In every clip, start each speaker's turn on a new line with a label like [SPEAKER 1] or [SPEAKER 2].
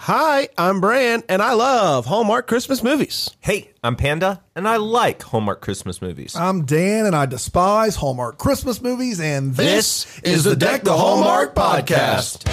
[SPEAKER 1] Hi, I'm Bran, and I love Hallmark Christmas movies.
[SPEAKER 2] Hey, I'm Panda, and I like Hallmark Christmas movies.
[SPEAKER 3] I'm Dan, and I despise Hallmark Christmas movies. And this, is the Deck the Hallmark podcast.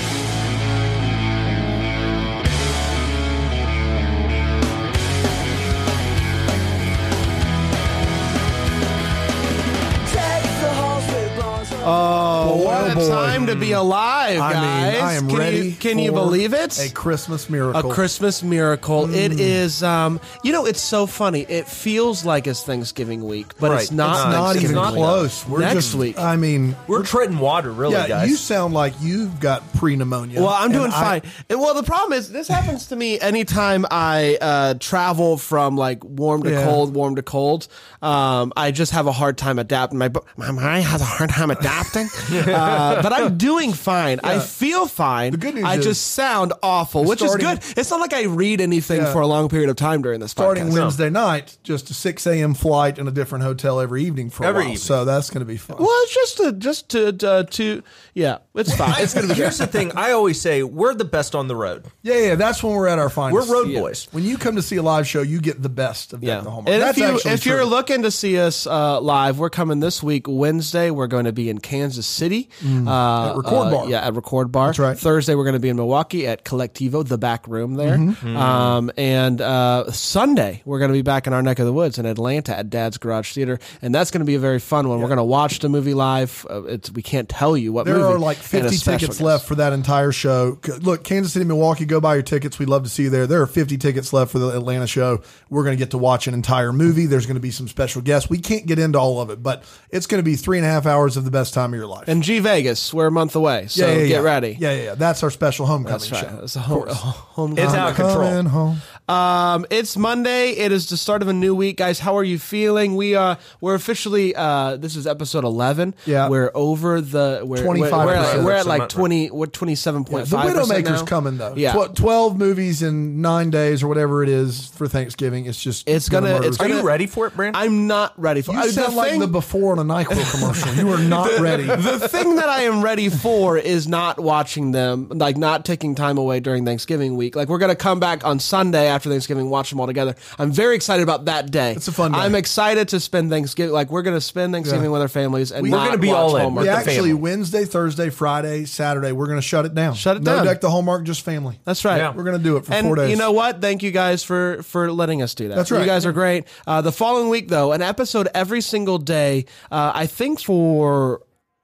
[SPEAKER 3] Oh,
[SPEAKER 1] What a
[SPEAKER 3] boy.
[SPEAKER 1] time to be alive,
[SPEAKER 3] I
[SPEAKER 1] guys!
[SPEAKER 3] mean, I am
[SPEAKER 1] can
[SPEAKER 3] ready.
[SPEAKER 1] You, can you
[SPEAKER 3] for
[SPEAKER 1] believe it?
[SPEAKER 3] A Mm. Christmas miracle.
[SPEAKER 1] A Christmas miracle. It is, um, you know, it's so funny. It feels like it's Thanksgiving week, but
[SPEAKER 2] Right.
[SPEAKER 1] it's not.
[SPEAKER 2] It's
[SPEAKER 3] Not
[SPEAKER 1] Thanksgiving
[SPEAKER 3] even
[SPEAKER 2] not
[SPEAKER 1] week.
[SPEAKER 3] close. We're
[SPEAKER 1] Next
[SPEAKER 3] just,
[SPEAKER 1] week.
[SPEAKER 3] I mean,
[SPEAKER 2] We're treading water, really,
[SPEAKER 3] yeah,
[SPEAKER 2] guys.
[SPEAKER 3] you sound like you've got pre pneumonia.
[SPEAKER 1] Well, I'm
[SPEAKER 3] And
[SPEAKER 1] doing
[SPEAKER 3] I-
[SPEAKER 1] fine. And, well, the problem is this happens to me anytime I uh, travel from like warm to
[SPEAKER 3] Yeah.
[SPEAKER 1] cold, warm to cold. Um, I just have a hard time adapting. My bo- my mind has a hard time adapting, uh, but I'm doing fine. I feel fine. The
[SPEAKER 3] good news
[SPEAKER 1] I
[SPEAKER 3] is-
[SPEAKER 1] just sound awful, which
[SPEAKER 3] starting-
[SPEAKER 1] is good. It's not like I read anything
[SPEAKER 3] Yeah.
[SPEAKER 1] for a long period of time during this
[SPEAKER 3] starting
[SPEAKER 1] podcast.
[SPEAKER 3] Wednesday night, just a 6 a.m. flight in a different hotel every evening for a
[SPEAKER 2] Every
[SPEAKER 3] while.
[SPEAKER 2] evening.
[SPEAKER 3] So that's going to be fun.
[SPEAKER 1] Well, it's just to just to uh, to yeah, it's fine. It's gonna be
[SPEAKER 2] Here's the thing: I always say we're the best on the road.
[SPEAKER 3] Yeah, yeah, that's when we're at our
[SPEAKER 2] We're
[SPEAKER 3] finest.
[SPEAKER 2] road boys.
[SPEAKER 3] When you come to see a live show, you get the best of
[SPEAKER 1] Yeah.
[SPEAKER 3] the Hallmark.
[SPEAKER 1] And if
[SPEAKER 3] that's
[SPEAKER 1] you
[SPEAKER 3] actually
[SPEAKER 1] if you're
[SPEAKER 3] true.
[SPEAKER 1] looking to see us uh, live, we're coming this week Wednesday. We're going to be in Kansas City uh,
[SPEAKER 3] Mm. At Record
[SPEAKER 1] uh,
[SPEAKER 3] Bar.
[SPEAKER 1] yeah, at Record Bar. That's
[SPEAKER 3] right.
[SPEAKER 1] Thursday we're going to be in Milwaukee at Collectivo, the back room there.
[SPEAKER 3] Mm-hmm.
[SPEAKER 1] Um, and uh, Sunday we're going to be back in our neck of the woods in Atlanta at Dad's Garage Theater, and that's going to be a very fun one. We're going to watch the movie live. Uh, it's we can't tell you what
[SPEAKER 3] there
[SPEAKER 1] movie.
[SPEAKER 3] are like
[SPEAKER 1] and a
[SPEAKER 3] 50
[SPEAKER 1] special
[SPEAKER 3] tickets
[SPEAKER 1] guest.
[SPEAKER 3] left for that entire show. C- Look, Kansas City, Milwaukee, go buy your tickets. We'd love to see you there. There are 50 tickets left for the Atlanta show. We're going to get to watch an entire movie. There's going to be some special guests. We can't get into all of it, but it's going to be three and a half hours of the best time of your life.
[SPEAKER 1] And G Vegas, we're a month away, so get ready.
[SPEAKER 3] Yeah, yeah, yeah. That's our special homecoming
[SPEAKER 1] That's right.
[SPEAKER 3] show.
[SPEAKER 1] It's a home, home
[SPEAKER 2] It's out of control.
[SPEAKER 3] Coming home.
[SPEAKER 1] Um, it's Monday. It is the start of a new week, guys. How are you feeling? We are we're officially uh, this is episode eleven.
[SPEAKER 3] Yeah.
[SPEAKER 1] we're over the we're, we're- We're, at-
[SPEAKER 3] 25%.
[SPEAKER 1] we're at like
[SPEAKER 2] Right.
[SPEAKER 1] twenty. What twenty seven point
[SPEAKER 3] The
[SPEAKER 1] five?
[SPEAKER 3] Widowmaker's
[SPEAKER 1] now.
[SPEAKER 3] coming though.
[SPEAKER 1] Yeah.
[SPEAKER 3] Tw- twelve movies in nine days or whatever it is for Thanksgiving. It's just
[SPEAKER 1] It's gonna-
[SPEAKER 3] murder
[SPEAKER 1] it's
[SPEAKER 3] us.
[SPEAKER 2] Are you
[SPEAKER 1] gonna-
[SPEAKER 2] ready for it, Brand?
[SPEAKER 1] I'm not ready for.
[SPEAKER 3] You
[SPEAKER 1] uh,
[SPEAKER 3] sound like
[SPEAKER 1] thing-
[SPEAKER 3] the before on a Nyquil commercial. You are not ready.
[SPEAKER 1] the thing that I am ready for is not watching them, like not taking time away during Thanksgiving week. Like we're gonna come back on Sunday after Thanksgiving, watch them all together. I'm very excited about that day.
[SPEAKER 3] It's a fun day.
[SPEAKER 1] I'm excited to spend Thanksgiving. Like we're gonna spend Thanksgiving
[SPEAKER 3] Yeah.
[SPEAKER 1] with our families, and
[SPEAKER 2] We're
[SPEAKER 1] not
[SPEAKER 2] gonna be
[SPEAKER 1] watch
[SPEAKER 2] all in.
[SPEAKER 1] Hallmark.
[SPEAKER 2] With
[SPEAKER 3] We
[SPEAKER 2] the
[SPEAKER 3] actually
[SPEAKER 2] family.
[SPEAKER 3] Wednesday, Thursday, Friday, Saturday. We're going to shut it down.
[SPEAKER 1] Shut it
[SPEAKER 3] no
[SPEAKER 1] down.
[SPEAKER 3] deck the hallmark, just family.
[SPEAKER 1] That's right.
[SPEAKER 2] Yeah.
[SPEAKER 3] We're going to do it for
[SPEAKER 1] and
[SPEAKER 3] four days.
[SPEAKER 1] you know what? Thank you guys for for letting us do that.
[SPEAKER 3] That's right.
[SPEAKER 1] You guys are great. Uh, the following week, though, an episode every single day. Uh, I think for.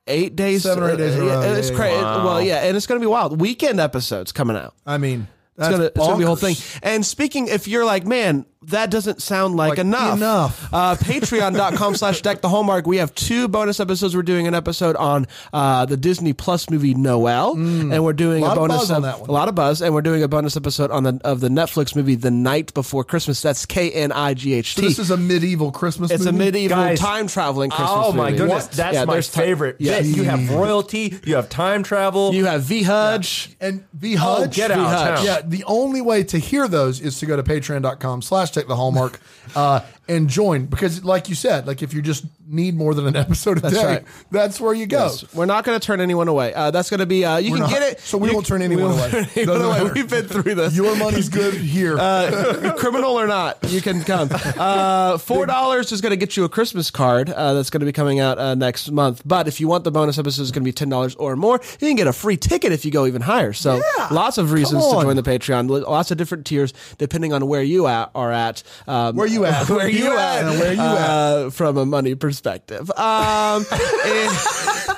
[SPEAKER 1] Eight days, Uh,
[SPEAKER 3] Seven or eight days in a row.
[SPEAKER 1] It's
[SPEAKER 3] Yeah, yeah,
[SPEAKER 1] crazy.
[SPEAKER 2] yeah.
[SPEAKER 1] Well, yeah, and it's going to be wild. Weekend episodes coming out.
[SPEAKER 3] I mean,
[SPEAKER 1] It's
[SPEAKER 3] that's
[SPEAKER 1] gonna, it's gonna be a whole thing.
[SPEAKER 3] bonkers.
[SPEAKER 1] And speaking, if you're like, man, that doesn't sound like,
[SPEAKER 3] Like,
[SPEAKER 1] enough.
[SPEAKER 3] enough.
[SPEAKER 1] Uh, Patreon.com slash deck the hallmark. We have two bonus episodes. We're doing an episode on uh, the Disney Plus movie Noel, and we're doing
[SPEAKER 3] A
[SPEAKER 1] a,
[SPEAKER 3] Mm. lot of
[SPEAKER 1] bonus
[SPEAKER 3] buzz on that one.
[SPEAKER 1] a lot of buzz, and we're doing a bonus episode on the of the Netflix movie The Night Before Christmas. That's K N I G H T.
[SPEAKER 3] This is a medieval Christmas.
[SPEAKER 1] It's a
[SPEAKER 3] movie.
[SPEAKER 1] medieval
[SPEAKER 2] Guys.
[SPEAKER 1] time traveling Christmas
[SPEAKER 2] Oh my
[SPEAKER 1] movie.
[SPEAKER 2] goodness,
[SPEAKER 1] What?
[SPEAKER 2] that's
[SPEAKER 1] Yeah,
[SPEAKER 2] my
[SPEAKER 1] there's ti-
[SPEAKER 2] favorite.
[SPEAKER 1] yeah.
[SPEAKER 2] bit. you have royalty, you have time travel.
[SPEAKER 1] You have V Hudge.
[SPEAKER 3] And
[SPEAKER 1] Oh,
[SPEAKER 3] the Hutch.
[SPEAKER 2] get out of
[SPEAKER 3] the
[SPEAKER 2] town.
[SPEAKER 3] Yeah, the only way to hear those is to go to patreon.com slash take the hallmark uh, and join. Because like you said, like if you just need more than an episode a day,
[SPEAKER 1] right.
[SPEAKER 3] that's where you go.
[SPEAKER 1] We're not going to turn anyone away. Uh, that's going to be uh, you
[SPEAKER 3] We're
[SPEAKER 1] can
[SPEAKER 3] not.
[SPEAKER 1] get it.
[SPEAKER 3] So we
[SPEAKER 1] you-
[SPEAKER 3] won't turn anyone
[SPEAKER 1] we
[SPEAKER 3] away.
[SPEAKER 1] won't turn anyone
[SPEAKER 3] Doesn't
[SPEAKER 1] away.
[SPEAKER 3] matter.
[SPEAKER 1] We've been through this.
[SPEAKER 3] Your money's good here.
[SPEAKER 1] Uh, criminal or not, you can come. Uh, Four dollars is going to get you a Christmas card uh, that's going to be coming out uh, next month. But if you want the bonus episode, it's going to be ten dollars or more. You can get a free ticket if you go even higher. So lots of reasons to
[SPEAKER 3] on.
[SPEAKER 1] join the Patreon. Lo- Lots of different tiers depending on where you at, are at. Um,
[SPEAKER 3] Where you at?
[SPEAKER 1] Where you at?
[SPEAKER 3] And where you at?
[SPEAKER 1] Uh, from a money perspective. Um, and-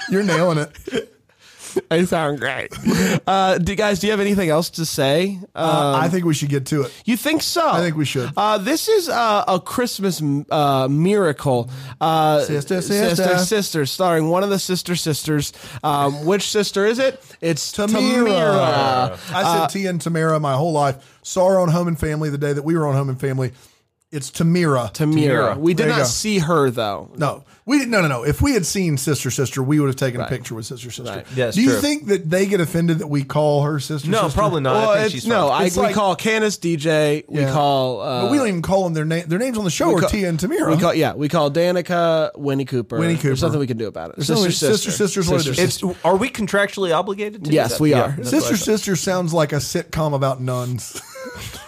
[SPEAKER 3] You're nailing it.
[SPEAKER 1] I sound great. Uh, do, guys, do you have anything else to say? Uh,
[SPEAKER 3] Uh, I think we should get to it.
[SPEAKER 1] you think so? I
[SPEAKER 3] think we should.
[SPEAKER 1] Uh, this is uh, a Christmas m- uh, miracle. Uh,
[SPEAKER 3] Sister,
[SPEAKER 1] sister,
[SPEAKER 3] sister.
[SPEAKER 1] sister, starring one of the sister sisters. Um, which sister is it? It's Tamira. Uh,
[SPEAKER 3] I said T and Tamara my whole life. Saw her on Home and Family the day that we were on Home and Family. It's
[SPEAKER 1] Tamira.
[SPEAKER 3] Tamira.
[SPEAKER 2] Tamira.
[SPEAKER 1] We did
[SPEAKER 3] There you
[SPEAKER 1] not
[SPEAKER 3] go.
[SPEAKER 1] see her though.
[SPEAKER 3] No, we didn't. No, no, no. If we had seen Sister Sister, we would have taken a picture with Sister Sister.
[SPEAKER 1] Right.
[SPEAKER 2] Yes,
[SPEAKER 3] Do you
[SPEAKER 2] true.
[SPEAKER 3] think that they get offended that we call her Sister
[SPEAKER 2] No,
[SPEAKER 3] Sister?
[SPEAKER 2] probably not.
[SPEAKER 1] Well,
[SPEAKER 2] I think
[SPEAKER 1] it's-
[SPEAKER 2] she's
[SPEAKER 1] no,
[SPEAKER 2] fine.
[SPEAKER 1] I,
[SPEAKER 3] It's
[SPEAKER 1] we
[SPEAKER 3] like-
[SPEAKER 1] call Candace DJ. We
[SPEAKER 3] Yeah.
[SPEAKER 1] call. Uh,
[SPEAKER 3] But we don't even call them their name. Their names on the show are
[SPEAKER 1] call-
[SPEAKER 3] Tia and Tamira.
[SPEAKER 1] we call, yeah, we call Danica Winnie Cooper.
[SPEAKER 3] Winnie Cooper.
[SPEAKER 1] There's nothing we can do about it.
[SPEAKER 3] There's nothing- sister, sister's what it is.
[SPEAKER 2] It's are we contractually obligated to? do
[SPEAKER 1] Yes,
[SPEAKER 2] that?
[SPEAKER 1] we are.
[SPEAKER 2] that's what I
[SPEAKER 3] Sister
[SPEAKER 2] thought.
[SPEAKER 3] Sister sounds like a sitcom about nuns.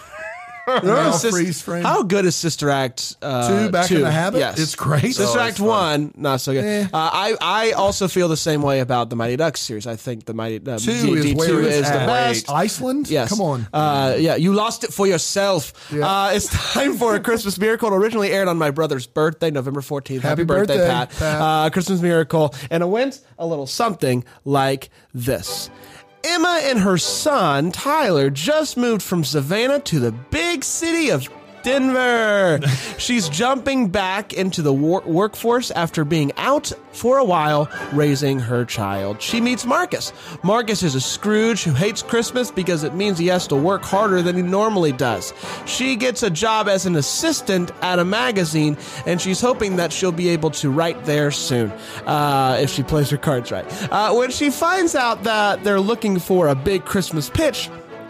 [SPEAKER 1] There
[SPEAKER 3] Now
[SPEAKER 1] is sis-
[SPEAKER 3] freeze frame.
[SPEAKER 1] How good is Sister Act uh,
[SPEAKER 3] Two, Back in the Habit?
[SPEAKER 1] Yes,
[SPEAKER 3] It's great. Oh,
[SPEAKER 1] Sister
[SPEAKER 3] it's
[SPEAKER 1] Act One, not so good.
[SPEAKER 3] Eh.
[SPEAKER 1] Uh, I I also feel the same way about the Mighty Ducks series. I think the Mighty uh,
[SPEAKER 3] Two
[SPEAKER 1] D-
[SPEAKER 3] is
[SPEAKER 1] D2
[SPEAKER 3] where it's
[SPEAKER 1] is the
[SPEAKER 3] at.
[SPEAKER 1] best.
[SPEAKER 3] Iceland.
[SPEAKER 1] Yes.
[SPEAKER 3] come on.
[SPEAKER 1] Uh, yeah, you lost it for yourself. Uh, it's time for a Christmas miracle. It originally aired on my brother's birthday, November 14th. Happy,
[SPEAKER 3] Happy
[SPEAKER 1] birthday,
[SPEAKER 3] birthday,
[SPEAKER 1] Pat.
[SPEAKER 3] Pat.
[SPEAKER 1] Uh, Christmas miracle. And it went a little something like this. Emma and her son, Tyler, just moved from Savannah to the big city of Denver. She's jumping back into the wor- workforce after being out for a while raising her child. She meets Marcus. Marcus is a Scrooge who hates Christmas because it means he has to work harder than he normally does. She gets a job as an assistant at a magazine, and she's hoping that she'll be able to write there soon uh, if she plays her cards right. Uh, when she finds out that they're looking for a big Christmas pitch,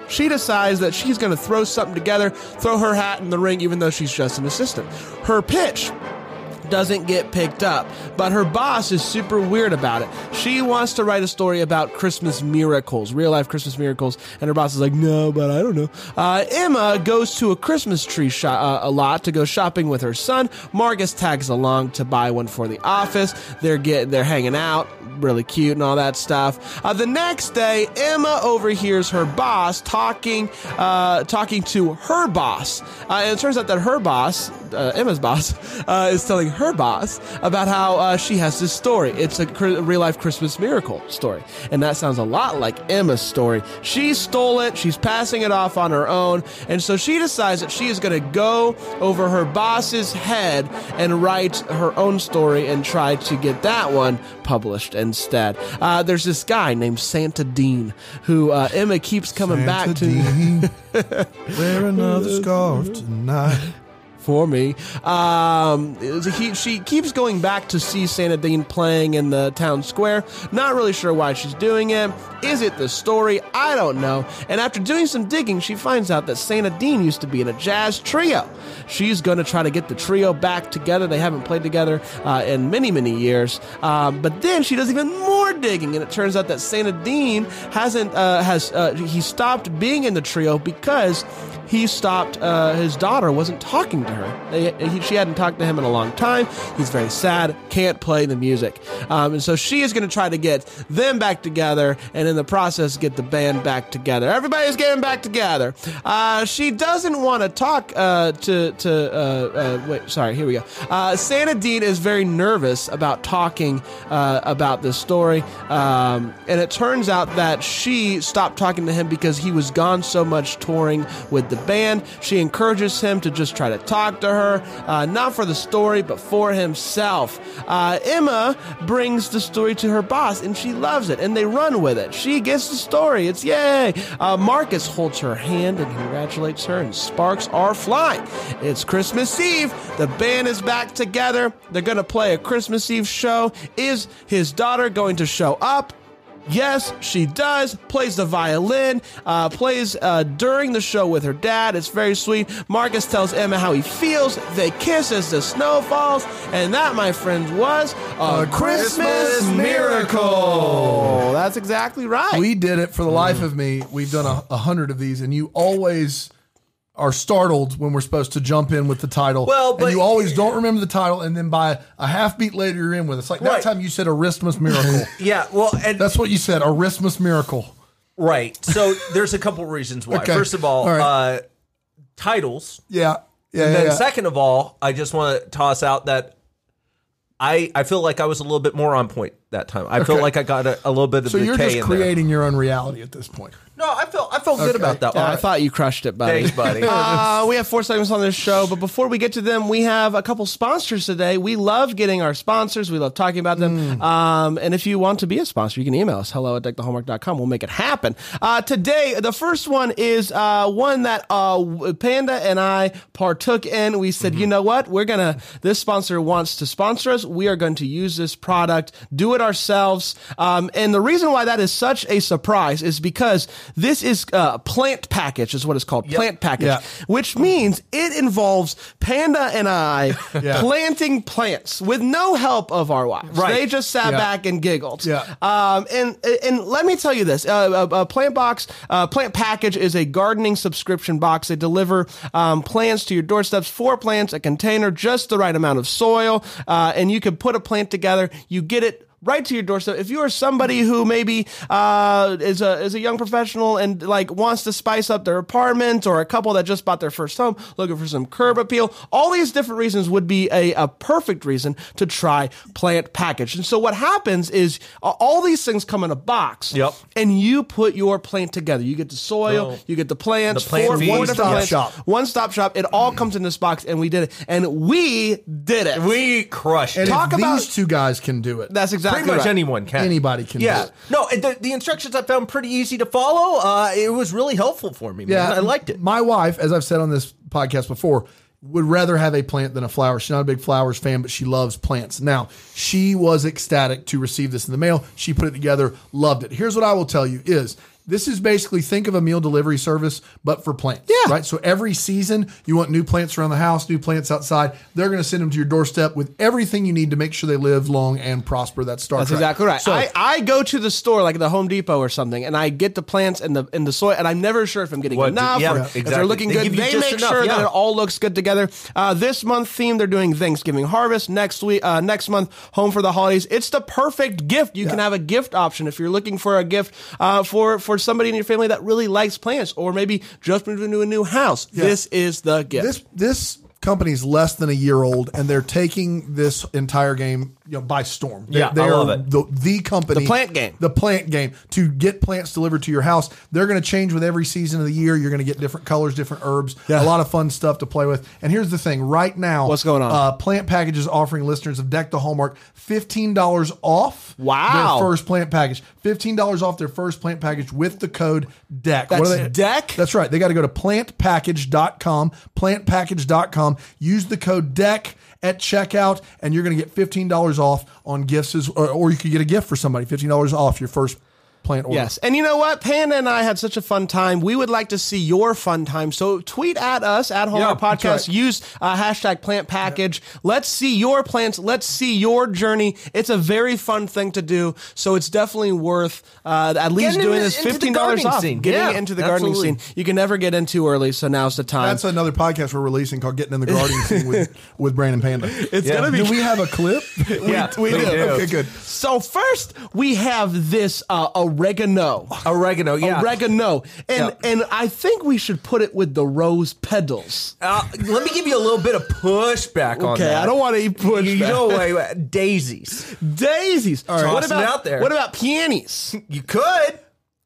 [SPEAKER 1] she decides that she's going to throw something together, throw her hat in the ring, even though she's just an assistant. Her pitch doesn't get picked up, but her boss is super weird about it. She wants to write a story about Christmas miracles, real life Christmas miracles, and her boss is like, no, but I don't know. Uh, Emma goes to a Christmas tree sho- uh, a lot to go shopping with her son. Marcus tags along to buy one for the office. They're get they're hanging out, really cute and all that stuff. Uh, the next day, Emma overhears her boss talking uh, talking to her boss, uh, and it turns out that her boss, uh, Emma's boss, uh, is telling her boss about how uh, she has this story. It's a cr- real life Christmas miracle story, and that sounds a lot like Emma's story. She stole it. She's passing it off on her own, and so she decides that she is going to go over her boss's head and write her own story and try to get that one published instead. Uh, there's this guy named Santa Dean who uh, Emma keeps coming back to.
[SPEAKER 3] Dean, wear another scarf tonight.
[SPEAKER 1] for me. Um, it was- he, she keeps going back to see Santa Dean playing in the town square. Not really sure why she's doing it. Is it the story? I don't know. And after doing some digging, she finds out that Santa Dean used to be in a jazz trio. She's going to try to get the trio back together. They haven't played together uh, in many, many years. Um, but then she does even more digging, and it turns out that Santa Dean hasn't uh, has uh, he stopped being in the trio because he stopped uh, his daughter wasn't talking to her They- he- she hadn't talked to him in a long time he's very sad can't play the music um, and so she is going to try to get them back together and in the process get the band back together everybody's getting back together uh, she doesn't want to talk uh, to to uh, uh, wait sorry here we go uh, Santa Dean is very nervous about talking uh, about this story um, and it turns out that she stopped talking to him because he was gone so much touring with the band. She encourages him to just try to talk to her, uh, not for the story, but for himself. Uh, Emma brings the story to her boss, and she loves it, and they run with it. She gets the story. It's yay. Uh, Marcus holds her hand and congratulates her, and sparks are flying. It's Christmas Eve. The band is back together. They're going to play a Christmas Eve show. Is his daughter going to show up? Yes, she does. Plays the violin. Uh, plays uh, during the show with her dad. It's very sweet. Marcus tells Emma how he feels. They kiss as the snow falls, and that, my friends, was a,
[SPEAKER 3] A
[SPEAKER 1] Christmas,
[SPEAKER 3] Christmas
[SPEAKER 1] miracle. That's exactly right.
[SPEAKER 3] We did it for the life of me. We've done a, a hundred of these, and you always are startled when we're supposed to jump in with the title.
[SPEAKER 2] Well,
[SPEAKER 3] and
[SPEAKER 2] but-
[SPEAKER 3] you always don't remember the title, and then by a half beat later, you're in with us. Like that
[SPEAKER 2] Right.
[SPEAKER 3] time you said a Christmas miracle.
[SPEAKER 2] Yeah, well, and
[SPEAKER 3] That's what you said, a Christmas miracle.
[SPEAKER 2] right. So there's a couple reasons why.
[SPEAKER 3] Okay.
[SPEAKER 2] First of all,
[SPEAKER 3] All right.
[SPEAKER 2] uh, titles.
[SPEAKER 3] Yeah, yeah,
[SPEAKER 2] And
[SPEAKER 3] yeah,
[SPEAKER 2] then
[SPEAKER 3] yeah.
[SPEAKER 2] second of all, I just want to toss out that I I feel like I was a little bit more on point that time. I feel like I got a, a little bit of
[SPEAKER 3] So
[SPEAKER 2] the
[SPEAKER 3] you're
[SPEAKER 2] K
[SPEAKER 3] just
[SPEAKER 2] in there.
[SPEAKER 3] creating your own reality at this point.
[SPEAKER 2] No, I feel I felt good about that
[SPEAKER 1] Yeah,
[SPEAKER 2] one.
[SPEAKER 1] I thought you crushed it, buddy.
[SPEAKER 2] Thanks, buddy.
[SPEAKER 1] Uh, we have four segments on this show, but before we get to them, we have a couple sponsors today. We love getting our sponsors. We love talking about them. Um, and if you want to be a sponsor, you can email us, hello at deckthehomework.com. We'll make it happen. Uh, today, the first one is uh, one that uh, Panda and I partook in. We said, you know what? We're going to, this sponsor wants to sponsor us. We are going to use this product, do it ourselves. Um, and the reason why that is such a surprise is because this is uh, plant package is what it's called, plant package
[SPEAKER 3] Yeah.
[SPEAKER 1] which means it involves Panda and I
[SPEAKER 3] Yeah.
[SPEAKER 1] planting plants with no help of our wives.
[SPEAKER 2] Right.
[SPEAKER 1] They just sat
[SPEAKER 3] Yeah.
[SPEAKER 1] back and giggled.
[SPEAKER 3] Yeah.
[SPEAKER 1] Um, and and let me tell you this: uh, a, a plant box, uh, plant package is a gardening subscription box. They deliver um, plants to your doorsteps, four plants, a container, just the right amount of soil, uh, and you can put a plant together. You get it right to your doorstep. If you are somebody who maybe uh, is a is a young professional and like wants to spice up their apartment, or a couple that just bought their first home looking for some curb appeal, all these different reasons would be a, a perfect reason to try Plant Package. And so what happens is uh, all these things come in a box.
[SPEAKER 2] Yep.
[SPEAKER 1] And you put your plant together. You get the soil,
[SPEAKER 2] Oh.
[SPEAKER 1] you get the plants,
[SPEAKER 2] The plant
[SPEAKER 1] four,
[SPEAKER 2] feed.
[SPEAKER 1] four
[SPEAKER 2] One
[SPEAKER 1] different
[SPEAKER 3] stop
[SPEAKER 1] plants,
[SPEAKER 3] shop.
[SPEAKER 1] one stop shop. It all comes in this box, and we did it, and we did it.
[SPEAKER 2] we crushed
[SPEAKER 3] And
[SPEAKER 2] it.
[SPEAKER 1] Talk
[SPEAKER 3] if
[SPEAKER 1] about-
[SPEAKER 3] these two guys can do it.
[SPEAKER 1] That's exactly
[SPEAKER 2] Pretty much
[SPEAKER 1] right.
[SPEAKER 2] anyone can.
[SPEAKER 3] Anybody can do
[SPEAKER 2] Yeah.
[SPEAKER 3] it.
[SPEAKER 2] No, and the, the instructions I found pretty easy to follow. Uh, it was really helpful for me. Man. I liked it.
[SPEAKER 3] My wife, as I've said on this podcast before, would rather have a plant than a flower. She's not a big flowers fan, but she loves plants. Now, she was ecstatic to receive this in the mail. She put it together, loved it. Here's what I will tell you is this is basically think of a meal delivery service, but for plants.
[SPEAKER 1] Yeah.
[SPEAKER 3] Right. So every season you want new plants around the house, new plants outside. They're going to send them to your doorstep with everything you need to make sure they live long and prosper. That's Star
[SPEAKER 1] That's
[SPEAKER 3] Trek.
[SPEAKER 1] exactly right.
[SPEAKER 3] So,
[SPEAKER 1] I, I go to the store like the Home Depot or something, and I get the plants and the and the soil, and I'm never sure if I'm getting
[SPEAKER 2] What-
[SPEAKER 1] enough.
[SPEAKER 2] yeah,
[SPEAKER 1] or
[SPEAKER 2] yeah,
[SPEAKER 1] If they're
[SPEAKER 2] exactly.
[SPEAKER 1] looking
[SPEAKER 2] They
[SPEAKER 1] good,
[SPEAKER 2] give you
[SPEAKER 1] they
[SPEAKER 2] just
[SPEAKER 1] make
[SPEAKER 2] enough,
[SPEAKER 1] sure that
[SPEAKER 2] yeah.
[SPEAKER 1] it all looks good together. Uh, this month theme, they're doing Thanksgiving harvest. Next week, uh, next month, home for the holidays. It's the perfect gift. You can have a gift option if you're looking for a gift uh, for for somebody in your family that really likes plants, or maybe just moved into a new house. This is the gift.
[SPEAKER 3] this this company's less than a year old and they're taking this entire game you know by storm They-
[SPEAKER 2] Yeah, I
[SPEAKER 3] they
[SPEAKER 2] love
[SPEAKER 3] are
[SPEAKER 2] it.
[SPEAKER 3] the, the company
[SPEAKER 1] The plant game.
[SPEAKER 3] the plant game to get plants delivered to your house they're going to change with every season of the year you're going to get different colors different herbs
[SPEAKER 1] Yeah.
[SPEAKER 3] a lot of fun stuff to play with and here's the thing right now
[SPEAKER 1] What's going on?
[SPEAKER 3] uh, plant package is offering listeners of deck the hallmark $15 off
[SPEAKER 1] Wow.
[SPEAKER 3] their first plant package $15 off their first plant package with the code deck
[SPEAKER 1] That's
[SPEAKER 3] are
[SPEAKER 1] deck?
[SPEAKER 3] that's right. They got to go to plantpackage.com, plantpackage.com, use the code DECK at checkout, and you're going to get $15 off on gifts, as, or, or you could get a gift for somebody, $15 off your first plant order.
[SPEAKER 1] Yes. And you know what? Panda and I had such a fun time. We would like to see your fun time. So tweet at us at Home
[SPEAKER 2] Yeah,
[SPEAKER 1] Podcast.
[SPEAKER 2] that's right.
[SPEAKER 1] Use uh, hashtag plant package. Let's see your plants. Let's see your journey. It's a very fun thing to do. So it's definitely worth uh, at least
[SPEAKER 2] Getting
[SPEAKER 1] doing
[SPEAKER 2] in-
[SPEAKER 1] this
[SPEAKER 2] into the
[SPEAKER 1] $15 off.
[SPEAKER 2] gardening scene.
[SPEAKER 1] Getting
[SPEAKER 2] Yeah,
[SPEAKER 1] into the gardening
[SPEAKER 2] absolutely.
[SPEAKER 1] scene. You can never get in too early. So now's the time.
[SPEAKER 3] That's another podcast we're releasing called Getting in the Garden Scene with, with Brandon Panda. It's
[SPEAKER 1] gonna be-
[SPEAKER 3] Do we have a clip?
[SPEAKER 2] Yeah,
[SPEAKER 1] we do.
[SPEAKER 3] Okay, good.
[SPEAKER 1] So first we have this uh, oregano.
[SPEAKER 2] Oregano, yeah.
[SPEAKER 1] Oregano. And
[SPEAKER 2] Yeah.
[SPEAKER 1] and I think we should put it with the rose petals.
[SPEAKER 2] Uh, let me give you a little bit of pushback on
[SPEAKER 1] Okay,
[SPEAKER 2] that.
[SPEAKER 1] I don't want any pushback.
[SPEAKER 2] You know, wait, wait, daisies.
[SPEAKER 1] Daisies. All
[SPEAKER 2] right.
[SPEAKER 1] What
[SPEAKER 2] Tossing
[SPEAKER 1] about
[SPEAKER 2] it out there.
[SPEAKER 1] What about peonies?
[SPEAKER 2] You could.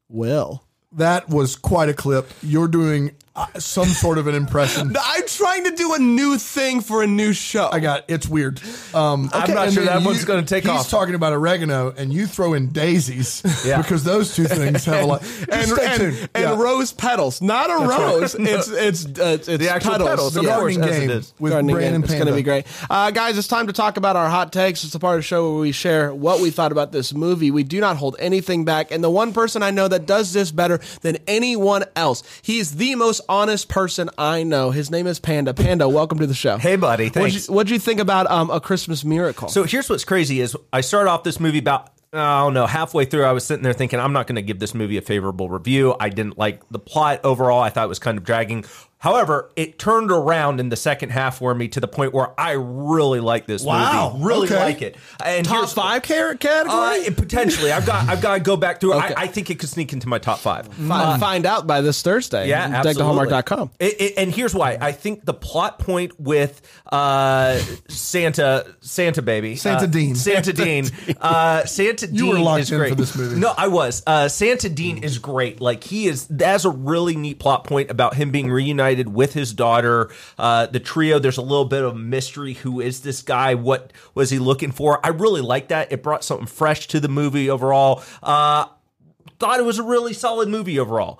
[SPEAKER 1] well,
[SPEAKER 3] That was quite a clip. You're doing uh, some sort of an impression.
[SPEAKER 1] I'm trying to do a new thing for a new show.
[SPEAKER 3] I got it's weird. Um,
[SPEAKER 2] I'm not
[SPEAKER 3] and
[SPEAKER 2] sure
[SPEAKER 3] then
[SPEAKER 2] that one's gonna take
[SPEAKER 3] he's
[SPEAKER 2] off.
[SPEAKER 3] talking about oregano, and you throw in daisies
[SPEAKER 2] Yeah.
[SPEAKER 3] because those two things have a lot.
[SPEAKER 1] and
[SPEAKER 3] stay
[SPEAKER 1] and,
[SPEAKER 3] tuned.
[SPEAKER 1] and
[SPEAKER 3] Yeah.
[SPEAKER 1] rose petals, not a rose. It's it's uh, it's the
[SPEAKER 2] actual
[SPEAKER 1] petals.
[SPEAKER 2] petals,
[SPEAKER 3] the
[SPEAKER 2] yeah, of course,
[SPEAKER 3] gardening
[SPEAKER 2] as it
[SPEAKER 3] game
[SPEAKER 2] is.
[SPEAKER 3] with
[SPEAKER 1] Gardening
[SPEAKER 3] Brandon
[SPEAKER 1] game. It's
[SPEAKER 3] Panda.
[SPEAKER 1] going to be great. Uh, guys, it's time to talk about our hot takes. It's the part of the show where we share what we thought about this movie. We do not hold anything back. And the one person I know that does this better than anyone else, he is the most honest person I know. His name is Panda. Panda, welcome to the show.
[SPEAKER 2] Hey, buddy,
[SPEAKER 1] What'd
[SPEAKER 2] thanks.
[SPEAKER 1] you, what'd you think about um, A Christmas Miracle?
[SPEAKER 2] So here's what's crazy is I started off this movie about I don't know halfway through I was sitting there thinking I'm not going to give this movie a favorable review. I didn't like the plot overall. I thought it was kind of dragging. However, it turned around in the second half for me to the point where I really like this
[SPEAKER 3] Wow,
[SPEAKER 2] movie. Really
[SPEAKER 3] okay.
[SPEAKER 2] like it. And
[SPEAKER 1] Top
[SPEAKER 2] here's-
[SPEAKER 1] five car- category?
[SPEAKER 2] Uh, it- potentially, I've got I've got to go back through.
[SPEAKER 1] Okay.
[SPEAKER 2] I, I think it could sneak into my top five.
[SPEAKER 1] find, find out by this Thursday.
[SPEAKER 2] Yeah, absolutely.
[SPEAKER 1] DeckTheHallmark.com.
[SPEAKER 2] It, it, and here's why: I think the plot point with uh, Santa, Santa baby,
[SPEAKER 3] Santa
[SPEAKER 2] uh,
[SPEAKER 3] Dean.
[SPEAKER 2] Santa Dean, uh, Santa Dean
[SPEAKER 3] You were locked
[SPEAKER 2] is
[SPEAKER 3] in
[SPEAKER 2] great
[SPEAKER 3] for this movie. Mm-hmm.
[SPEAKER 2] No, I was. Uh, Santa Dean is great. Like he is. That's a really neat plot point about him being reunited with his daughter. Uh, the trio. There's a little bit of mystery. Who is this guy? What was he looking for? I really like that. It brought something fresh to the movie overall. Uh, thought it was a really solid movie overall.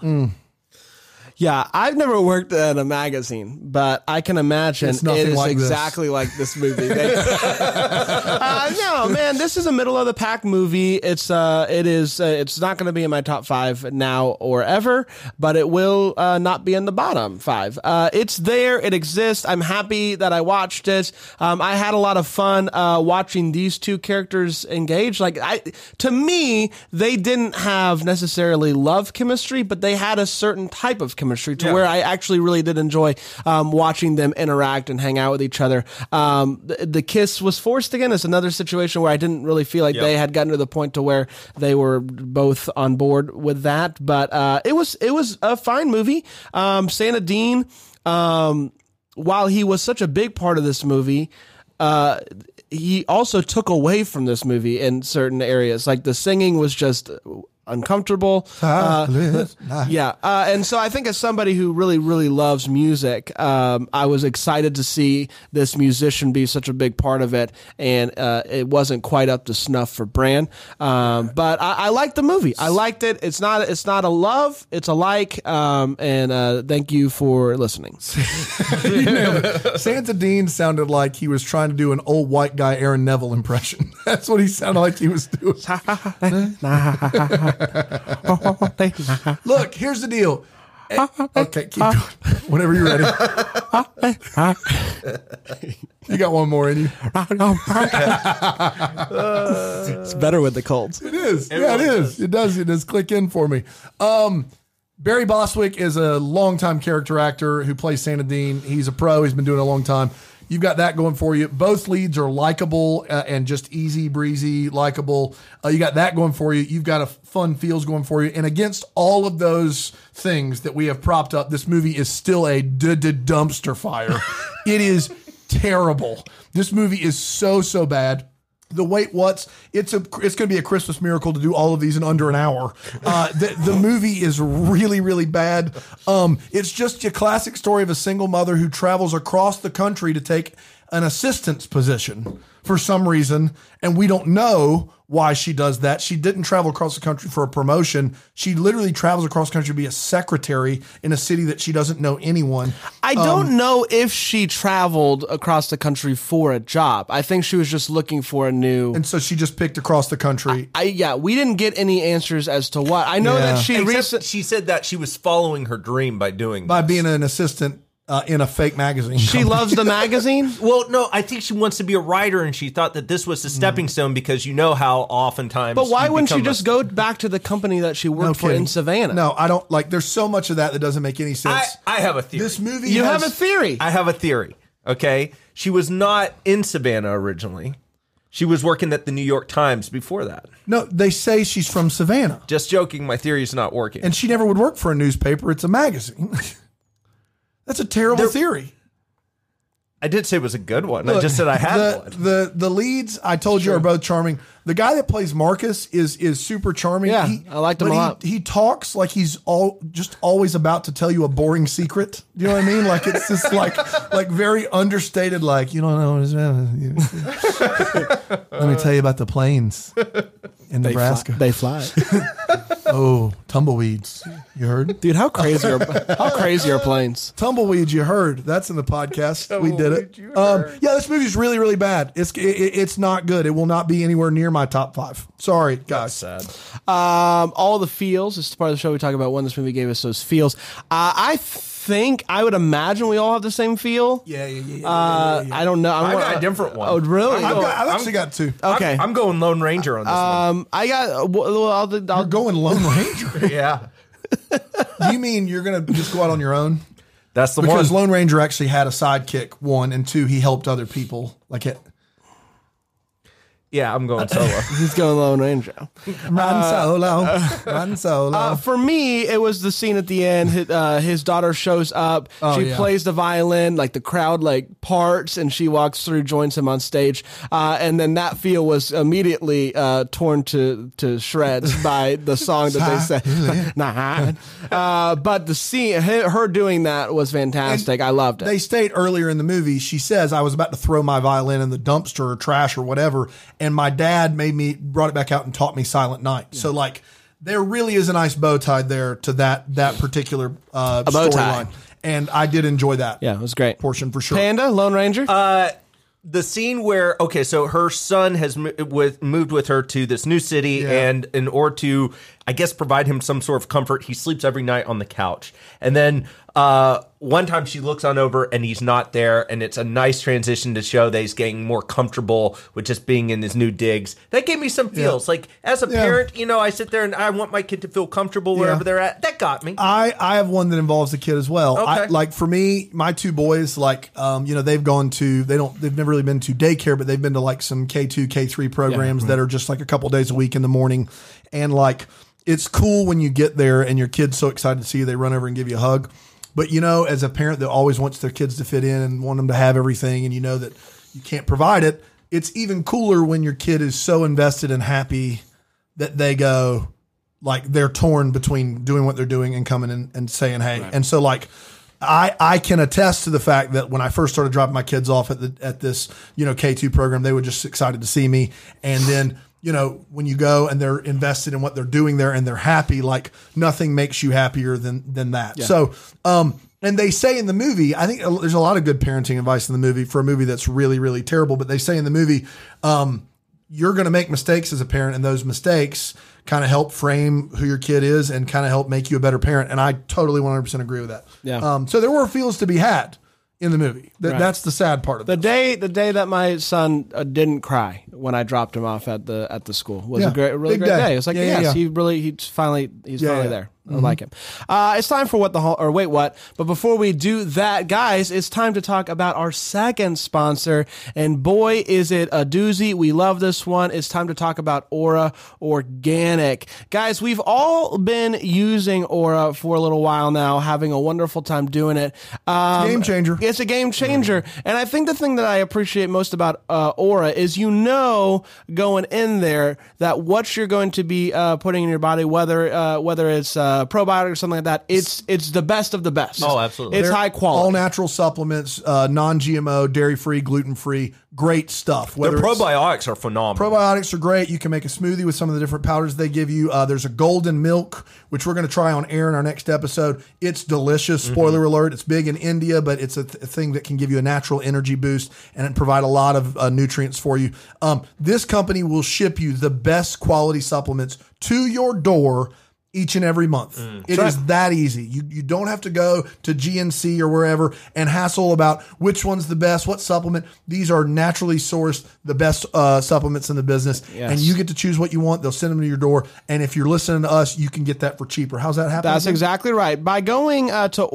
[SPEAKER 1] Yeah, I've never worked at a magazine, but I can imagine
[SPEAKER 3] It's nothing
[SPEAKER 1] it is
[SPEAKER 3] like this.
[SPEAKER 1] exactly like this movie. They- uh, no, man, this is a middle of the pack movie. It's uh, it is uh, it's not going to be in my top five now or ever, but it will uh, not be in the bottom five. Uh, it's there, it exists. I'm happy that I watched it. Um, I had a lot of fun uh, watching these two characters engage. Like I, to me, they didn't have necessarily love chemistry, but they had a certain type of chemistry to where I actually really did enjoy um, watching them interact and hang out with each other. Um, the, the kiss was forced again. It's another situation where I didn't really feel like they had gotten to the point to where they were both on board with that. But uh, it was it was a fine movie. Um, Santa Dean, um, while he was such a big part of this movie. Uh, he also took away from this movie in certain areas. Like the singing was just uncomfortable.
[SPEAKER 3] Uh-huh. Ah,
[SPEAKER 1] Uh, yeah, uh, and so I think as somebody who really, really loves music, um, I was excited to see this musician be such a big part of it, and uh, it wasn't quite up to snuff for Bran. Um, but I, I liked the movie. I liked it. It's not, it's not a love. It's a like. Um, and uh, thank you for listening.
[SPEAKER 3] Santa Dean sounded like he was trying to do an old white guy Aaron Neville impression. That's what he sounded like he was doing. Look, here's the deal. Eh, Okay, keep going. Whenever you're ready. You got one more in you.
[SPEAKER 1] it's better with the colds.
[SPEAKER 3] It is. yeah, it is. It does. It does click in for me. Um, Barry Boswick is a longtime character actor who plays Santa Dean. He's a pro. He's been doing it a long time. You've got that going for you. Both leads are likable uh, and just easy breezy, likable. Uh, you got that going for you. You've got a fun feels going for you. And against all of those things that we have propped up, this movie is still a duh, duh, dumpster fire. it is terrible. This movie is so so bad the wait what's it's a it's going to be a christmas miracle to do all of these in under an hour uh, the, the movie is really really bad um, it's just a classic story of a single mother who travels across the country to take an assistance position for some reason and we don't know why she does that she didn't travel across the country for a promotion she literally travels across the country to be a secretary in a city that she doesn't know anyone
[SPEAKER 1] I don't
[SPEAKER 3] Um,
[SPEAKER 1] know if she traveled across the country for a job. I think she was just looking for a new.
[SPEAKER 3] and so she just picked across the country
[SPEAKER 1] I yeah, we didn't get any answers as to what. I know
[SPEAKER 3] Yeah.
[SPEAKER 1] that she
[SPEAKER 2] Except
[SPEAKER 1] recent
[SPEAKER 2] she said that she was following her dream by doing
[SPEAKER 3] by
[SPEAKER 2] this.
[SPEAKER 3] being an assistant uh, in a fake magazine
[SPEAKER 1] she loves the magazine.
[SPEAKER 2] Well, no, I think she wants to be a writer, and she thought that this was the stepping stone because you know how oftentimes.
[SPEAKER 1] But why
[SPEAKER 2] you
[SPEAKER 1] wouldn't she
[SPEAKER 2] become a-
[SPEAKER 1] just go back to the company that she worked
[SPEAKER 3] No
[SPEAKER 1] for
[SPEAKER 3] kidding.
[SPEAKER 1] in Savannah?
[SPEAKER 3] No, I don't like. There's so much of that that doesn't make any
[SPEAKER 2] I,
[SPEAKER 3] sense.
[SPEAKER 2] I have a theory.
[SPEAKER 3] this movie.
[SPEAKER 1] you
[SPEAKER 3] has-
[SPEAKER 1] have a theory.
[SPEAKER 2] I have a theory. Okay, she was not in Savannah originally. She was working at the New York Times before that.
[SPEAKER 3] No, they say she's from Savannah,
[SPEAKER 2] Just joking. My theory's not working.
[SPEAKER 3] and she never would work for a newspaper. It's a magazine. That's a terrible theory.
[SPEAKER 2] I did say it was a good one. I just said I had
[SPEAKER 3] the,
[SPEAKER 2] one.
[SPEAKER 3] The the leads I told you are both charming. The guy that plays Marcus is is super charming.
[SPEAKER 1] Yeah, I liked him a
[SPEAKER 3] but he-
[SPEAKER 1] lot.
[SPEAKER 3] He, talks like he's all just always about to tell you a boring secret. You know what I mean? Like it's just like like very understated. Like you don't know. what it's- Let me tell you about the plains in Nebraska.
[SPEAKER 1] They fly,
[SPEAKER 3] oh, tumbleweeds. You heard?
[SPEAKER 1] dude. How crazy are how crazy are planes?
[SPEAKER 3] Tumbleweed, you heard. That's in the podcast. we did it. Um, yeah, this movie's really, really bad. It's it, it- it's not good. It will not be anywhere near my top five. Sorry, guys.
[SPEAKER 2] Sad.
[SPEAKER 1] Um, all the feels. This is part of the show we talk about when this movie gave us those feels. Uh, I think I would imagine we all have the same feel.
[SPEAKER 3] yeah, yeah, yeah. yeah,
[SPEAKER 1] Uh,
[SPEAKER 3] yeah,
[SPEAKER 1] I don't know. I'm
[SPEAKER 2] I've
[SPEAKER 1] gonna-
[SPEAKER 2] got a different one.
[SPEAKER 1] Oh, really?
[SPEAKER 3] I've,
[SPEAKER 1] Oh,
[SPEAKER 3] got, I've actually got two.
[SPEAKER 1] okay.
[SPEAKER 2] I'm, I'm going Lone Ranger on this
[SPEAKER 1] um, I got. Uh, well, I'll, I'll,
[SPEAKER 3] You're going Lone Ranger.
[SPEAKER 2] one. Yeah.
[SPEAKER 3] you mean you're gonna just go out on your own?
[SPEAKER 2] That's the
[SPEAKER 3] because
[SPEAKER 2] one.
[SPEAKER 3] Lone Ranger actually had a sidekick. One and two, he helped other people. Like it,
[SPEAKER 2] yeah, I'm going solo.
[SPEAKER 1] He's going Lone Ranger.
[SPEAKER 2] Uh,
[SPEAKER 3] run solo, run solo.
[SPEAKER 1] Uh, for me, it was the scene at the end. His, uh, his daughter shows up. she
[SPEAKER 3] Oh, yeah.
[SPEAKER 1] plays the violin. Like the crowd like parts, and she walks through, joins him on stage, uh, and then that feel was immediately uh, torn to to shreds by the song that they said. nah. Uh, but the scene, her her doing that was fantastic. I loved it.
[SPEAKER 3] they state earlier in the movie, she says, I was about to throw my violin in the dumpster or trash or whatever. And my dad made me, brought it back out and taught me Silent Night. So, like, there really is a nice bow tie there to that that particular uh,
[SPEAKER 1] bow tie.
[SPEAKER 3] storyline. And I did enjoy that
[SPEAKER 1] yeah, it was great.
[SPEAKER 3] portion for sure.
[SPEAKER 1] Panda, Lone Ranger.
[SPEAKER 2] the scene where okay, so her son has mo- with moved with her to this new city, and in order to, I guess, provide him some sort of comfort, he sleeps every night on the couch. And then uh, one time she looks on over, and he's not there, and it's a nice transition to show that he's getting more comfortable with just being in his new digs. That gave me some feels. Like as a
[SPEAKER 3] Yeah.
[SPEAKER 2] parent, you know, I sit there and I want my kid to feel comfortable wherever
[SPEAKER 3] Yeah.
[SPEAKER 2] they're at. That got me.
[SPEAKER 3] I, I have one that involves the kid as well. I,
[SPEAKER 2] Okay.
[SPEAKER 3] like for me, my two boys, like um, you know, they've gone to they don't they've never really been to daycare, but they've been to like some K two K three programs that are just like a couple days a week in the morning, and like it's cool when you get there and your kid's so excited to see you, they run over and give you a hug. But you know, as a parent that always wants their kids to fit in and want them to have everything, and you know that you can't provide it, it's even cooler when your kid is so invested and happy that they go like they're torn between doing what they're doing and coming in and saying hey and so like I, I can attest to the fact that when I first started dropping my kids off at the at this you know K two program they were just excited to see me and then you know when you go and they're invested in what they're doing there and they're happy like nothing makes you happier than than that so um and they say in the movie I think uh, there's a lot of good parenting advice in the movie for a movie that's really really terrible but they say in the movie um you're going to make mistakes as a parent, and those mistakes kind of help frame who your kid is and kind of help make you a better parent. And I totally 100% agree with that.
[SPEAKER 1] Yeah.
[SPEAKER 3] Um, so there were feels to be had in the movie. Th- That's the sad part of
[SPEAKER 1] The
[SPEAKER 3] it.
[SPEAKER 1] day, the day that my son uh, didn't cry when I dropped him off at the at the school was a
[SPEAKER 3] Yeah.
[SPEAKER 1] great, a really
[SPEAKER 3] Big
[SPEAKER 1] great
[SPEAKER 3] day.
[SPEAKER 1] day. It was like,
[SPEAKER 3] Yeah, yeah,
[SPEAKER 1] yes,
[SPEAKER 3] yeah.
[SPEAKER 1] he really, he's finally, he's
[SPEAKER 3] Yeah,
[SPEAKER 1] finally
[SPEAKER 3] yeah. Mm-hmm.
[SPEAKER 1] there. I like him. Uh, it's time for what the hall, or wait, what? But before we do that, guys, it's time to talk about our second sponsor, and boy, is it a doozy! We love this one. It's time to talk about Aura Organic, guys. We've all been using Aura for a little while now, having a wonderful time doing it. Um,
[SPEAKER 3] Game changer.
[SPEAKER 1] it's a game changer. And I think the thing that I appreciate most about uh, Aura is you know going in there that what you're going to be uh, putting in your body, whether uh, whether it's uh, probiotic or something like that, it's it's the best of the best.
[SPEAKER 2] Oh, absolutely.
[SPEAKER 1] It's high quality.
[SPEAKER 3] All natural supplements, uh, non GMO, dairy free, gluten free, great stuff.
[SPEAKER 2] The
[SPEAKER 3] Whether it's-
[SPEAKER 2] probiotics are phenomenal.
[SPEAKER 3] Probiotics are great. You can make a smoothie with some of the different powders they give you. Uh, there's a golden milk, which we're going to try on air in our next episode. It's delicious. Spoiler alert: it's big in India, but it's a, th- a thing that can give you a natural energy boost and it provide a lot of uh, nutrients for you. Um, this company will ship you the best quality supplements to your door. Each and every month,
[SPEAKER 1] Mm.
[SPEAKER 3] It is that easy. You you don't have to go to GNC or wherever and hassle about which one's the best, what supplement. These are naturally sourced, the best uh, supplements in the business, and you get to choose what you want. They'll send them to your door, and if you're listening to us, you can get that for cheaper. How's that happen?
[SPEAKER 1] That's
[SPEAKER 3] again?
[SPEAKER 1] exactly right. By going uh, to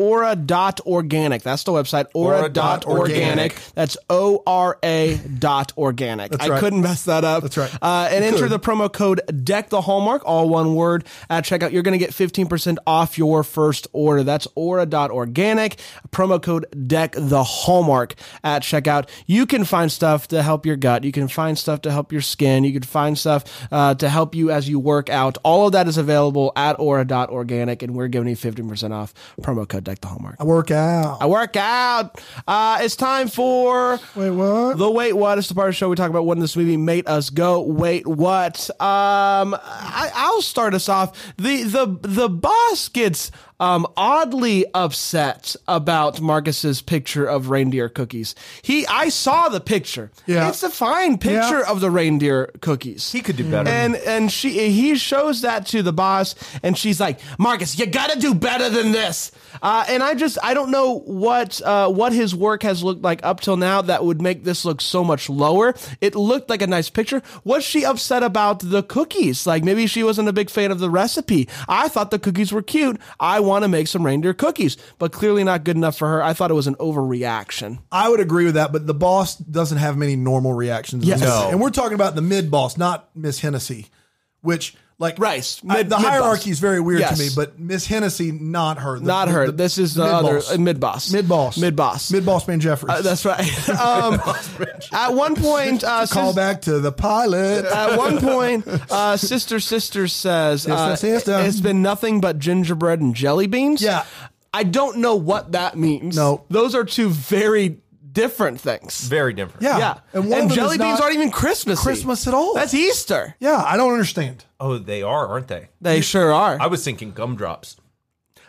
[SPEAKER 1] aura.organic, that's the website, aura.organic.
[SPEAKER 2] Aura.organic.
[SPEAKER 1] That's O R A dot organic. I
[SPEAKER 3] right.
[SPEAKER 1] couldn't mess that up.
[SPEAKER 3] That's right.
[SPEAKER 1] Uh, and enter the promo code DECK the Hallmark, all one word, at checkout. You're going to get 15% off your first order. That's aura.organic, promo code DECK the Hallmark at checkout. You can find stuff to help your gut. You can find stuff to help your skin. You can find stuff uh, to help you as you work out. All of that is available at aura.organic, and we're giving you 15% off promo code DECK the Hallmark.
[SPEAKER 3] I work out.
[SPEAKER 1] I work out. Uh, it's time for
[SPEAKER 3] Wait, what?
[SPEAKER 1] the wait what is the part of the show we talk about when this movie made us go wait what um I, i'll start us off the the the boss gets um oddly upset about marcus's picture of reindeer cookies he i saw the picture
[SPEAKER 3] Yeah.
[SPEAKER 1] it's a fine picture
[SPEAKER 3] Yeah.
[SPEAKER 1] of the reindeer cookies
[SPEAKER 2] He could do better.
[SPEAKER 1] and and she he shows that to the boss and she's like marcus you gotta do better than this uh, and i just i don't know what uh, what his work has looked like up till now that would make this look so much lower it looked like a nice picture was she upset about the cookies like maybe she wasn't a big fan of the recipe i thought the cookies were cute i want to make some reindeer cookies, but clearly not good enough for her. I thought it was an overreaction.
[SPEAKER 3] I would agree with that, but the boss doesn't have many normal reactions. in
[SPEAKER 1] Yes.
[SPEAKER 3] this.
[SPEAKER 1] No.
[SPEAKER 3] And we're talking about the mid boss, not Miss Hennessy, which like
[SPEAKER 1] Rice,
[SPEAKER 3] I-
[SPEAKER 1] mid-
[SPEAKER 3] the
[SPEAKER 1] mid-boss.
[SPEAKER 3] hierarchy is very weird
[SPEAKER 1] Yes.
[SPEAKER 3] to me, but Miss Hennessy, not her. The-
[SPEAKER 1] Not
[SPEAKER 3] the-
[SPEAKER 1] her.
[SPEAKER 3] the
[SPEAKER 1] This is the
[SPEAKER 3] mid-boss.
[SPEAKER 1] other uh, mid boss.
[SPEAKER 3] mid boss,
[SPEAKER 1] Mid boss. Uh,
[SPEAKER 3] mid boss man Jeffries.
[SPEAKER 1] That's right. Um, at one point, uh,
[SPEAKER 3] Call
[SPEAKER 1] sis-
[SPEAKER 3] back to the pilot.
[SPEAKER 1] at one point, uh, sister sister says uh,
[SPEAKER 3] Sister.
[SPEAKER 1] it's been nothing but gingerbread and jelly beans.
[SPEAKER 3] Yeah.
[SPEAKER 1] I don't know what that means.
[SPEAKER 3] No.
[SPEAKER 1] those are two very different things.
[SPEAKER 2] Very different.
[SPEAKER 3] yeah.
[SPEAKER 1] yeah,
[SPEAKER 3] and
[SPEAKER 1] and,
[SPEAKER 3] one of them
[SPEAKER 1] jelly
[SPEAKER 3] is
[SPEAKER 1] beans
[SPEAKER 3] not
[SPEAKER 1] aren't even Christmas.
[SPEAKER 3] Christmas at all.
[SPEAKER 1] That's Easter.
[SPEAKER 3] yeah, I don't understand.
[SPEAKER 2] Oh, they are, aren't they?
[SPEAKER 1] They sure are.
[SPEAKER 2] I was thinking gumdrops.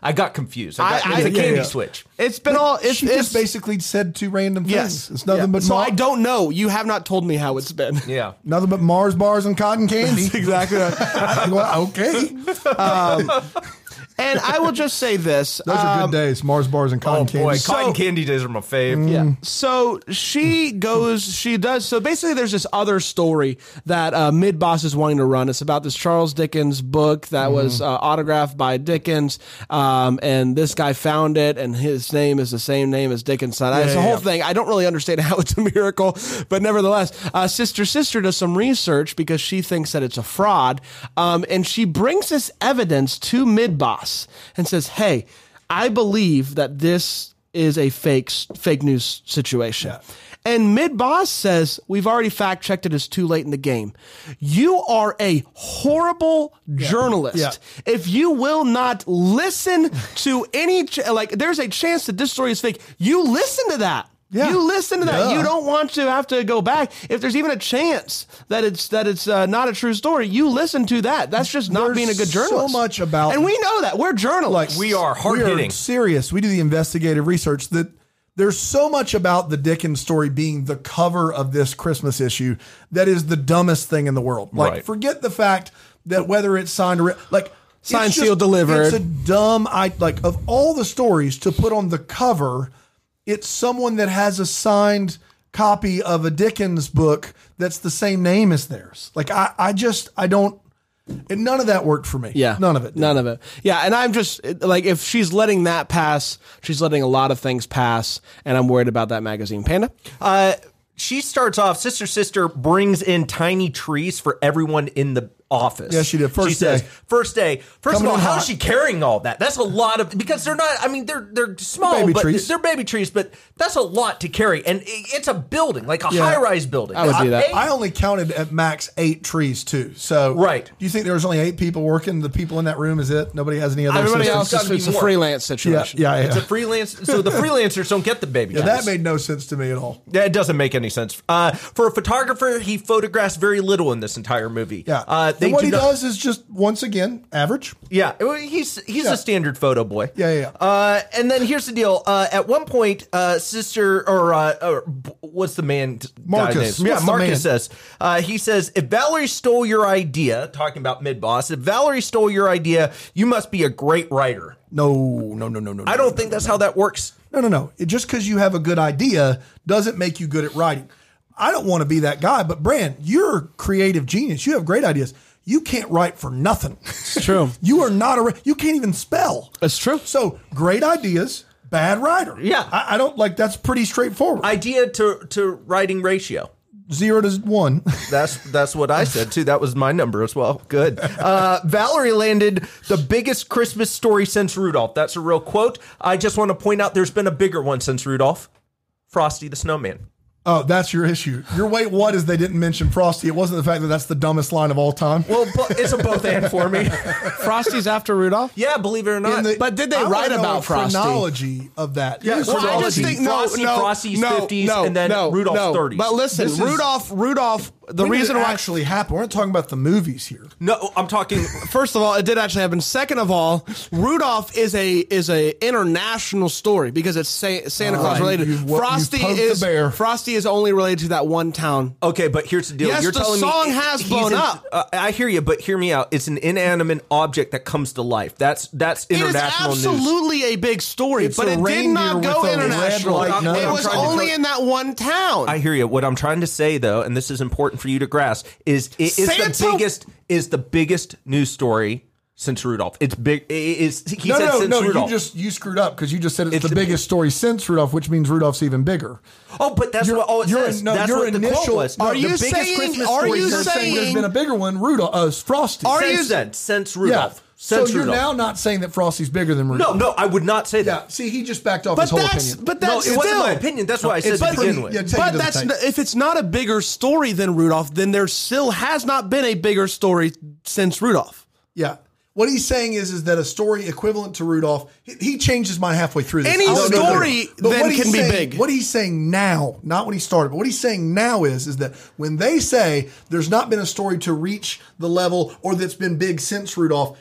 [SPEAKER 2] I got confused. I
[SPEAKER 1] I-
[SPEAKER 2] got,
[SPEAKER 1] I-
[SPEAKER 2] it's a
[SPEAKER 1] yeah,
[SPEAKER 2] candy
[SPEAKER 3] yeah.
[SPEAKER 2] switch.
[SPEAKER 1] it's been all. It's,
[SPEAKER 3] she
[SPEAKER 1] it's
[SPEAKER 3] just basically said two random things.
[SPEAKER 1] yes.
[SPEAKER 3] It's nothing
[SPEAKER 1] Yeah.
[SPEAKER 3] but
[SPEAKER 1] so
[SPEAKER 3] Mar-
[SPEAKER 1] I don't know. You have not told me how it's been.
[SPEAKER 2] Yeah.
[SPEAKER 3] nothing but Mars bars and cotton candy.
[SPEAKER 1] exactly. Right.
[SPEAKER 3] Well, okay, those
[SPEAKER 1] And I will just say this.
[SPEAKER 3] are good days. Mars bars and cotton
[SPEAKER 2] Oh
[SPEAKER 3] candy.
[SPEAKER 2] boy,
[SPEAKER 3] So-
[SPEAKER 2] cotton candy Mm. days are my fave.
[SPEAKER 1] Yeah.
[SPEAKER 3] Mm.
[SPEAKER 1] So she goes, she does. So basically, there's this other story that uh, Mid Boss is wanting to run. It's about this Charles Dickens book
[SPEAKER 3] Mm-hmm.
[SPEAKER 1] that was uh, autographed by Dickens. Um, and this guy found it, and his name is the same name as Dickens' son. it's a
[SPEAKER 3] yeah,
[SPEAKER 1] whole
[SPEAKER 3] yeah.
[SPEAKER 1] thing. I don't really understand how it's a miracle, but nevertheless, uh, Sister Sister does some research because she thinks that it's a fraud. Um, and she brings this evidence to Mid Boss and says, Hey, I believe that this is a fake fake news situation. And mid boss says, We've already fact checked it, it's too late in the game. You are a horrible journalist.
[SPEAKER 3] Yeah.
[SPEAKER 1] If you will not listen to any, ch- like, there's a chance that this story is fake. You listen to that.
[SPEAKER 3] Yeah.
[SPEAKER 1] You listen to that.
[SPEAKER 3] Yeah.
[SPEAKER 1] You don't want to have to go back. If there's even a chance that it's that it's uh, not a true story, you listen to that. That's just not
[SPEAKER 3] There's
[SPEAKER 1] being a good
[SPEAKER 3] so
[SPEAKER 1] journalist.
[SPEAKER 3] much about-
[SPEAKER 1] and we know that we're
[SPEAKER 3] like
[SPEAKER 1] journalists.
[SPEAKER 2] we are hard-hitting.
[SPEAKER 3] serious. We do the investigative research that there's so much about the Dickens story being the cover of this Christmas issue that is the dumbest thing in the world. Like
[SPEAKER 2] Right.
[SPEAKER 3] forget the fact that whether it's signed or re- like it's
[SPEAKER 1] Signed, sealed, delivered.
[SPEAKER 3] It's a dumb I like of all the stories to put on the cover, it's someone that has a signed copy of a Dickens book that's the same name as theirs. Like I I just I don't and none of that worked for me.
[SPEAKER 1] Yeah.
[SPEAKER 3] None of it. did.
[SPEAKER 1] None of it. Yeah. And I'm just it- like, if she's letting that pass, she's letting a lot of things pass. And I'm worried about that magazine. Panda?
[SPEAKER 2] Uh, she starts off. Sister Sister brings in tiny trees for everyone in the office.
[SPEAKER 3] Yeah, she did. First
[SPEAKER 2] says,
[SPEAKER 3] day.
[SPEAKER 2] first day. First
[SPEAKER 3] Coming
[SPEAKER 2] of all,
[SPEAKER 3] in
[SPEAKER 2] how
[SPEAKER 3] hot.
[SPEAKER 2] is she carrying all that? That's a lot of because they're not. I mean, they're they're small,
[SPEAKER 3] Baby
[SPEAKER 2] but
[SPEAKER 3] trees.
[SPEAKER 2] they're baby trees. But that's a lot to carry, and i- it's a building, like a
[SPEAKER 3] Yeah.
[SPEAKER 2] high rise building.
[SPEAKER 1] I would do that.
[SPEAKER 2] they-
[SPEAKER 3] I only counted at max eight trees too. So
[SPEAKER 2] Right.
[SPEAKER 3] Do you think there was only eight people working? The people in that room is it? Nobody has any other.
[SPEAKER 1] Everybody
[SPEAKER 3] assistants?
[SPEAKER 1] else,
[SPEAKER 2] gotta
[SPEAKER 1] is,
[SPEAKER 2] be
[SPEAKER 1] it's a
[SPEAKER 2] more.
[SPEAKER 1] freelance
[SPEAKER 3] Yeah,
[SPEAKER 1] situation.
[SPEAKER 3] yeah, yeah.
[SPEAKER 2] it's a freelance, so the freelancers don't get the baby.
[SPEAKER 3] Yeah,
[SPEAKER 2] trees.
[SPEAKER 3] that made no sense to me at all.
[SPEAKER 2] That doesn't make any sense. Uh, for a photographer, he photographs very little in this entire movie.
[SPEAKER 3] Yeah.
[SPEAKER 2] uh, they
[SPEAKER 3] and what
[SPEAKER 2] do
[SPEAKER 3] he
[SPEAKER 2] not-
[SPEAKER 3] does is just once again average.
[SPEAKER 2] Yeah, well, he's he's
[SPEAKER 3] Yeah.
[SPEAKER 2] a standard photo boy.
[SPEAKER 3] Yeah, yeah, yeah.
[SPEAKER 2] Uh, and then here's the deal. Uh, at one point, uh, sister or, uh, or b- what's the man? t-
[SPEAKER 3] Marcus.
[SPEAKER 2] guy's name? Yeah,
[SPEAKER 3] What's the man?
[SPEAKER 2] Marcus says. Uh, he says if Valerie stole your idea, talking about mid boss. If Valerie stole your idea, you must be a great writer.
[SPEAKER 3] No, no, no, no, no.
[SPEAKER 2] I don't think that's how that works.
[SPEAKER 3] No, no, no. It, just because you have a good idea doesn't make you good at writing. I don't want to be that guy, but Brand, you're a creative genius. You have great ideas. You can't write for nothing. It's
[SPEAKER 1] true.
[SPEAKER 3] you are not a. wri- You can't even spell.
[SPEAKER 1] It's true.
[SPEAKER 3] So great ideas, bad writer.
[SPEAKER 2] Yeah.
[SPEAKER 3] I, I don't like that's pretty straightforward.
[SPEAKER 2] Idea to to writing ratio.
[SPEAKER 3] Zero to one.
[SPEAKER 2] That's that's what I said too. That was my number as well. Good. Uh, Valerie landed the biggest Christmas story since Rudolph. That's a real quote. I just want to point out there's been a bigger one since Rudolph, Frosty the Snowman.
[SPEAKER 3] oh, that's your issue. Your wait, what is they didn't mention Frosty? It wasn't the fact that that's the dumbest line of all time.
[SPEAKER 2] Well, bo- it's a both and for me.
[SPEAKER 1] Frosty's after Rudolph?
[SPEAKER 2] Yeah, believe it or not.
[SPEAKER 3] In the-
[SPEAKER 1] But did they
[SPEAKER 3] I wanna
[SPEAKER 1] write
[SPEAKER 3] know
[SPEAKER 1] about
[SPEAKER 3] a
[SPEAKER 1] Frosty?
[SPEAKER 3] Chronology of that.
[SPEAKER 2] Yeah,
[SPEAKER 3] Here's
[SPEAKER 2] well,
[SPEAKER 1] I
[SPEAKER 3] Frosty.
[SPEAKER 1] just think no,
[SPEAKER 2] Frosty,
[SPEAKER 1] no,
[SPEAKER 2] Frosty's
[SPEAKER 1] no,
[SPEAKER 2] 50s,
[SPEAKER 1] no,
[SPEAKER 2] and then
[SPEAKER 1] no,
[SPEAKER 2] Rudolph's
[SPEAKER 1] no.
[SPEAKER 2] 30s.
[SPEAKER 1] But listen,
[SPEAKER 3] This is-
[SPEAKER 1] Rudolph, Rudolph. The
[SPEAKER 3] When did
[SPEAKER 1] reason
[SPEAKER 3] it
[SPEAKER 1] why
[SPEAKER 3] actually happened. We're not talking about the movies here.
[SPEAKER 2] no, I'm talking.
[SPEAKER 1] First of all, it did actually happen. Second of all, Rudolph is a is a international story because it's Sa- Santa Claus
[SPEAKER 3] you-
[SPEAKER 1] related.
[SPEAKER 3] you've- you've
[SPEAKER 1] Frosty
[SPEAKER 3] poked the
[SPEAKER 1] is
[SPEAKER 3] bear.
[SPEAKER 1] Frosty is only related to that one town.
[SPEAKER 2] Okay, but here's the deal.
[SPEAKER 1] Yes,
[SPEAKER 2] You're
[SPEAKER 1] the
[SPEAKER 2] telling
[SPEAKER 1] song
[SPEAKER 2] me
[SPEAKER 1] has
[SPEAKER 2] he's
[SPEAKER 1] blown
[SPEAKER 2] an-
[SPEAKER 1] up.
[SPEAKER 2] Uh, I hear you, but hear me out. It's an inanimate object that comes to life. That's that's
[SPEAKER 1] It is
[SPEAKER 2] international news.
[SPEAKER 1] absolutely a big story,
[SPEAKER 3] It's
[SPEAKER 1] but
[SPEAKER 3] a
[SPEAKER 1] it did not
[SPEAKER 3] reindeer
[SPEAKER 1] go
[SPEAKER 3] with a red
[SPEAKER 1] international.
[SPEAKER 3] light.
[SPEAKER 2] No,
[SPEAKER 1] it
[SPEAKER 2] I'm
[SPEAKER 1] was
[SPEAKER 2] trying to
[SPEAKER 1] only
[SPEAKER 2] tell-
[SPEAKER 1] in that one town.
[SPEAKER 2] I hear you. What I'm trying to say though, and this is important for you to grasp, is it is
[SPEAKER 1] Santa-
[SPEAKER 2] the biggest is the biggest news story since Rudolph. It's big. It is he
[SPEAKER 3] no,
[SPEAKER 2] said
[SPEAKER 3] no,
[SPEAKER 2] since
[SPEAKER 3] no.
[SPEAKER 2] Rudolph.
[SPEAKER 3] You just you screwed up because you just said it's,
[SPEAKER 2] It's
[SPEAKER 3] the
[SPEAKER 2] the-
[SPEAKER 3] biggest story since Rudolph, which means Rudolph's even bigger.
[SPEAKER 2] oh, but that's
[SPEAKER 3] Your-
[SPEAKER 2] what. Oh, it
[SPEAKER 3] your-
[SPEAKER 2] says
[SPEAKER 3] no,
[SPEAKER 2] that's
[SPEAKER 3] your
[SPEAKER 2] what the quote
[SPEAKER 3] initial-
[SPEAKER 2] was.
[SPEAKER 3] are
[SPEAKER 2] the
[SPEAKER 1] you
[SPEAKER 2] biggest
[SPEAKER 1] saying-
[SPEAKER 2] Christmas
[SPEAKER 1] are
[SPEAKER 2] story
[SPEAKER 1] you
[SPEAKER 3] You're
[SPEAKER 2] since-
[SPEAKER 3] saying there's
[SPEAKER 1] saying-
[SPEAKER 3] been a bigger one, Rudolph, uh, Frosty.
[SPEAKER 1] Are you-
[SPEAKER 2] since then since
[SPEAKER 3] yeah.
[SPEAKER 2] Rudolph?
[SPEAKER 3] So
[SPEAKER 2] Since
[SPEAKER 3] you're
[SPEAKER 2] Rudolph.
[SPEAKER 3] now not saying that Frosty's bigger than
[SPEAKER 2] no,
[SPEAKER 3] Rudolph.
[SPEAKER 2] no, I would not say
[SPEAKER 3] Yeah.
[SPEAKER 2] that.
[SPEAKER 3] See, he just backed off
[SPEAKER 1] But
[SPEAKER 3] his whole
[SPEAKER 1] that's-
[SPEAKER 3] opinion.
[SPEAKER 1] but
[SPEAKER 2] No,
[SPEAKER 1] that's
[SPEAKER 2] it wasn't
[SPEAKER 1] still-
[SPEAKER 2] my opinion. That's why I said
[SPEAKER 3] it's
[SPEAKER 2] to
[SPEAKER 3] pretty-
[SPEAKER 2] begin with.
[SPEAKER 3] yeah, take it
[SPEAKER 1] But
[SPEAKER 3] to the
[SPEAKER 1] that's
[SPEAKER 3] tank.
[SPEAKER 1] n- if it's not a bigger story than Rudolph, then there still has not been a bigger story since Rudolph.
[SPEAKER 3] Yeah. What he's saying is, is that a story equivalent to Rudolph, he, he changes my halfway through this.
[SPEAKER 1] Any
[SPEAKER 3] I don't know
[SPEAKER 1] story
[SPEAKER 3] that. But
[SPEAKER 1] then
[SPEAKER 3] what he's
[SPEAKER 1] can be
[SPEAKER 3] saying-
[SPEAKER 1] big.
[SPEAKER 3] What he's saying now, not what he started, but what he's saying now is, is that when they say there's not been a story to reach the level or that's been big since Rudolph,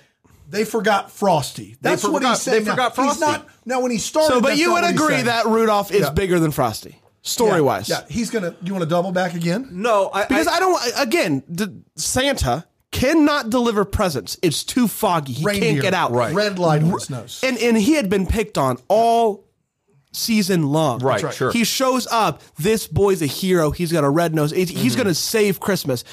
[SPEAKER 3] they forgot Frosty. That's what
[SPEAKER 2] forgot-
[SPEAKER 3] he's saying.
[SPEAKER 2] they
[SPEAKER 3] now.
[SPEAKER 2] forgot
[SPEAKER 3] He's
[SPEAKER 2] Frosty.
[SPEAKER 3] not, now, when he started,
[SPEAKER 1] So, but
[SPEAKER 3] that's
[SPEAKER 1] you
[SPEAKER 3] not
[SPEAKER 1] would
[SPEAKER 3] what he's
[SPEAKER 1] agree
[SPEAKER 3] saying.
[SPEAKER 1] that Rudolph is
[SPEAKER 3] Yeah.
[SPEAKER 1] bigger than Frosty, story wise.
[SPEAKER 3] Yeah, he's gonna. You want to double back again?
[SPEAKER 2] No, I,
[SPEAKER 1] Because
[SPEAKER 2] I,
[SPEAKER 1] I, don't. Again, d- Santa cannot deliver presents. It's too foggy. He can't get out.
[SPEAKER 3] Red light on snows.
[SPEAKER 1] And and he had been picked on all season long.
[SPEAKER 2] Right, That's right. sure.
[SPEAKER 1] He shows up. This boy's a hero. He's got a red nose. He's, he's
[SPEAKER 2] Mm-hmm.
[SPEAKER 1] going to save Christmas.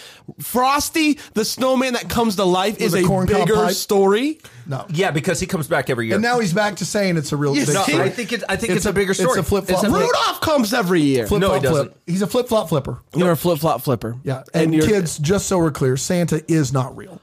[SPEAKER 1] Frosty, the snowman that comes to life, is
[SPEAKER 3] a
[SPEAKER 1] a
[SPEAKER 3] corn cob
[SPEAKER 1] bigger
[SPEAKER 3] pipe.
[SPEAKER 1] story.
[SPEAKER 3] No.
[SPEAKER 2] yeah, because he comes back every year.
[SPEAKER 3] And now he's back to saying it's a real.
[SPEAKER 1] Yes,
[SPEAKER 3] big
[SPEAKER 1] no,
[SPEAKER 3] story.
[SPEAKER 2] I think it's- I think it's a bigger story.
[SPEAKER 3] It's a flip flop.
[SPEAKER 2] It's a flip-
[SPEAKER 1] Rudolph comes every year.
[SPEAKER 3] flip
[SPEAKER 2] No,
[SPEAKER 3] flop
[SPEAKER 2] he doesn't.
[SPEAKER 3] flip. He's a flip flop flipper.
[SPEAKER 1] You're a flip flop flipper.
[SPEAKER 3] Yeah, and,
[SPEAKER 1] you're-
[SPEAKER 3] kids, just so we're clear, Santa is not real.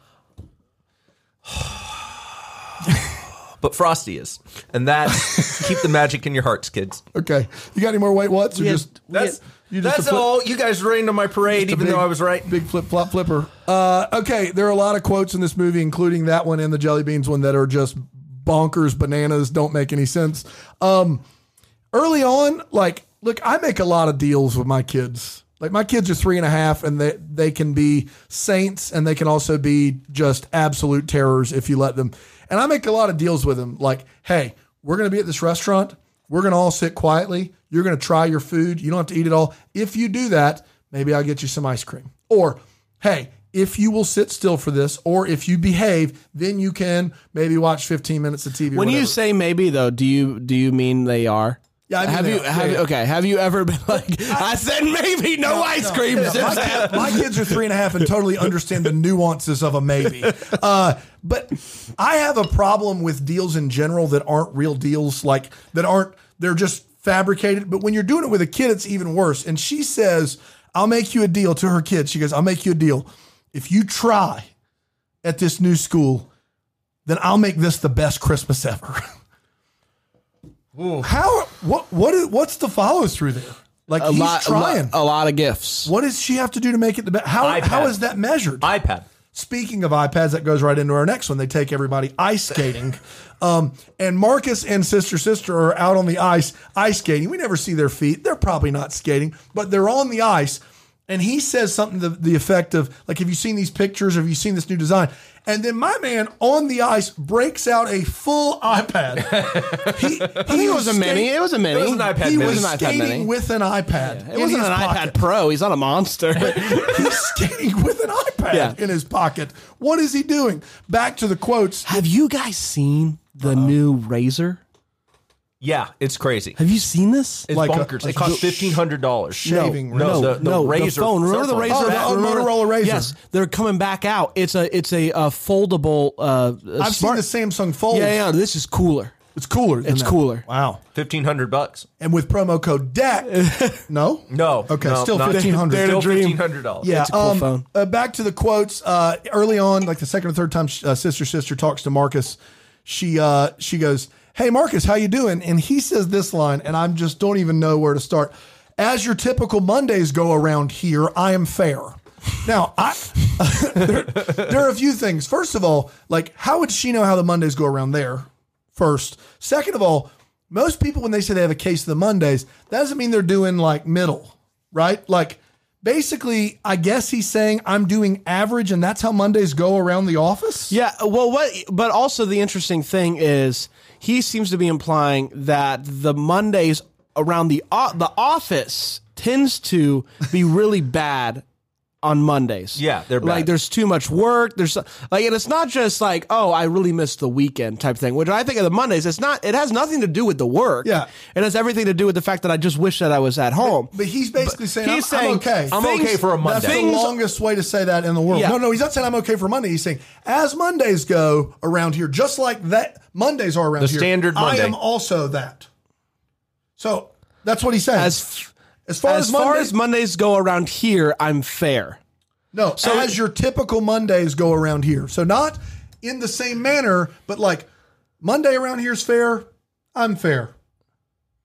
[SPEAKER 2] but Frosty is, and that's keep the magic in your hearts, kids.
[SPEAKER 3] Okay, you got any more white whats or
[SPEAKER 1] Yeah.
[SPEAKER 3] just
[SPEAKER 2] That's
[SPEAKER 3] You just
[SPEAKER 2] that's
[SPEAKER 3] a flip-
[SPEAKER 2] all. You guys rained on my parade, even
[SPEAKER 3] big-
[SPEAKER 2] though I was right.
[SPEAKER 3] Big flip flop flipper. Uh, okay, there are a lot of quotes in this movie, including that one and the jelly beans one that are just bonkers bananas. Don't make any sense. Um, early on, like, look, I make a lot of deals with my kids. Like my kids are three and a half, and they they can be saints, and they can also be just absolute terrors if you let them. And I make a lot of deals with them. Like, hey, we're gonna be at this restaurant. We're gonna all sit quietly. You're gonna try your food. You don't have to eat it all. If you do that, maybe I'll get you some ice cream. Or, hey, if you will sit still for this, or if you behave, then you can maybe watch 15 minutes of TV.
[SPEAKER 1] When
[SPEAKER 3] whatever.
[SPEAKER 1] you say maybe though, do you do you mean they are?
[SPEAKER 3] Yeah, I mean
[SPEAKER 1] have
[SPEAKER 3] they
[SPEAKER 1] you
[SPEAKER 3] are. Yeah,
[SPEAKER 1] have you-
[SPEAKER 3] yeah.
[SPEAKER 1] okay? Have you ever been like I said maybe no, ice cream?
[SPEAKER 3] Yeah,
[SPEAKER 1] Zip
[SPEAKER 3] my,
[SPEAKER 1] zap.
[SPEAKER 3] kid- my kids are three and a half and totally understand the nuances of a maybe. Uh, but I have a problem with deals in general that aren't real deals, like that aren't, they're just fabricated. But when you're doing it with a kid, it's even worse. And she says, I'll make you a deal to her kid. She goes, I'll make you a deal. If you try at this new school, then I'll make this the best Christmas ever. How, what, what, is- what's the follow through there? Like
[SPEAKER 1] a
[SPEAKER 3] he's
[SPEAKER 1] lot, a
[SPEAKER 3] trying.
[SPEAKER 1] lot, a lot of gifts.
[SPEAKER 3] What does she have to do to make it the best? How,
[SPEAKER 2] iPad.
[SPEAKER 3] how is that measured?
[SPEAKER 2] iPad.
[SPEAKER 3] Speaking of iPads, that goes right into our next one. They take everybody ice skating. Um, and Marcus and Sister Sister are out on the ice, ice skating. We never see their feet. They're probably not skating, but they're on the ice. And he says something to the effect of, like, have you seen these pictures? Have you seen this new design? And then my man on the ice breaks out a full iPad. he,
[SPEAKER 1] He was a mini. It was a mini.
[SPEAKER 2] It was an iPad mini.
[SPEAKER 3] He was
[SPEAKER 1] It was an iPad
[SPEAKER 3] skating
[SPEAKER 1] mini.
[SPEAKER 3] with an iPad.
[SPEAKER 1] It wasn't an iPad Pro. He's not a monster.
[SPEAKER 3] He's skating with an iPad
[SPEAKER 1] Yeah.
[SPEAKER 3] in his pocket. What is he doing? Back to the quotes.
[SPEAKER 1] have you guys seen the new Razor?
[SPEAKER 2] Yeah, it's crazy.
[SPEAKER 1] Have you seen this?
[SPEAKER 2] It's
[SPEAKER 3] Like a-
[SPEAKER 2] bonkers.
[SPEAKER 3] like
[SPEAKER 2] it costs fifteen hundred dollars.
[SPEAKER 3] Shaving razor.
[SPEAKER 2] no, the, the razor.
[SPEAKER 1] phone. Remember
[SPEAKER 2] cell
[SPEAKER 1] the
[SPEAKER 2] phone.
[SPEAKER 1] razor?
[SPEAKER 3] Oh, the
[SPEAKER 1] back-
[SPEAKER 3] old
[SPEAKER 1] remember-
[SPEAKER 3] Motorola Razr.
[SPEAKER 1] Yes, they're coming back out. It's a it's a, uh foldable. Uh, uh,
[SPEAKER 3] I've
[SPEAKER 1] smart.
[SPEAKER 3] seen the Samsung Fold.
[SPEAKER 1] Yeah, yeah. This is cooler.
[SPEAKER 3] It's cooler. than
[SPEAKER 1] It's
[SPEAKER 3] that.
[SPEAKER 1] cooler.
[SPEAKER 3] Wow.
[SPEAKER 2] Fifteen hundred bucks.
[SPEAKER 3] And with promo code DECK. no?
[SPEAKER 2] No.
[SPEAKER 3] Okay,
[SPEAKER 2] no,
[SPEAKER 3] still
[SPEAKER 2] not-
[SPEAKER 3] 1500
[SPEAKER 1] They're
[SPEAKER 2] Still
[SPEAKER 1] the dream.
[SPEAKER 2] fifteen hundred dollars.
[SPEAKER 3] Yeah,
[SPEAKER 1] It's a cool
[SPEAKER 3] um,
[SPEAKER 1] phone.
[SPEAKER 3] uh, back to the quotes. Uh, early on, like the second or third time, sh- uh, sister sister talks to Marcus. She uh, she goes, "Hey Marcus, how you doing?" And he says this line, and I'm just don't even know where to start. As your typical Mondays go around here, I am fair. Now, I there, there are a few things. First of all, like how would she know how the Mondays go around there? First, second of all, most people when they say they have a case of the Mondays, that doesn't mean they're doing like middle, right? Like basically, I guess he's saying I'm doing average, and that's how Mondays go around the office.
[SPEAKER 1] Yeah, well, what? But also the interesting thing is he seems to be implying that the Mondays uh, around the o- the office tends to be really bad on Mondays.
[SPEAKER 2] Yeah, they're bad.
[SPEAKER 1] like there's too much work. There's like, and it's not just like, oh, I really missed the weekend type thing. Which I think of the Mondays, it's not. It has nothing to do with the work.
[SPEAKER 3] Yeah.
[SPEAKER 1] it has everything to do with the fact that I just wish that I was at home.
[SPEAKER 3] But he's basically saying,
[SPEAKER 1] he's
[SPEAKER 3] I'm,
[SPEAKER 1] saying,
[SPEAKER 3] I'm okay.
[SPEAKER 1] I'm okay
[SPEAKER 2] for a Monday.
[SPEAKER 3] That's the longest way to say that in the world.
[SPEAKER 1] Yeah.
[SPEAKER 3] No, no, he's not saying I'm okay for Monday. He's saying, as Mondays go around here, just like that Mondays are around
[SPEAKER 2] The
[SPEAKER 3] here.
[SPEAKER 2] standard Monday.
[SPEAKER 3] I am also that. So that's what he's saying.
[SPEAKER 1] As-
[SPEAKER 3] As far as,
[SPEAKER 1] as far
[SPEAKER 3] Mondays,
[SPEAKER 1] as Mondays go around here, I'm fair.
[SPEAKER 3] no, as your typical Mondays go around here. So not in the same manner, but like Monday around here is fair. I'm fair.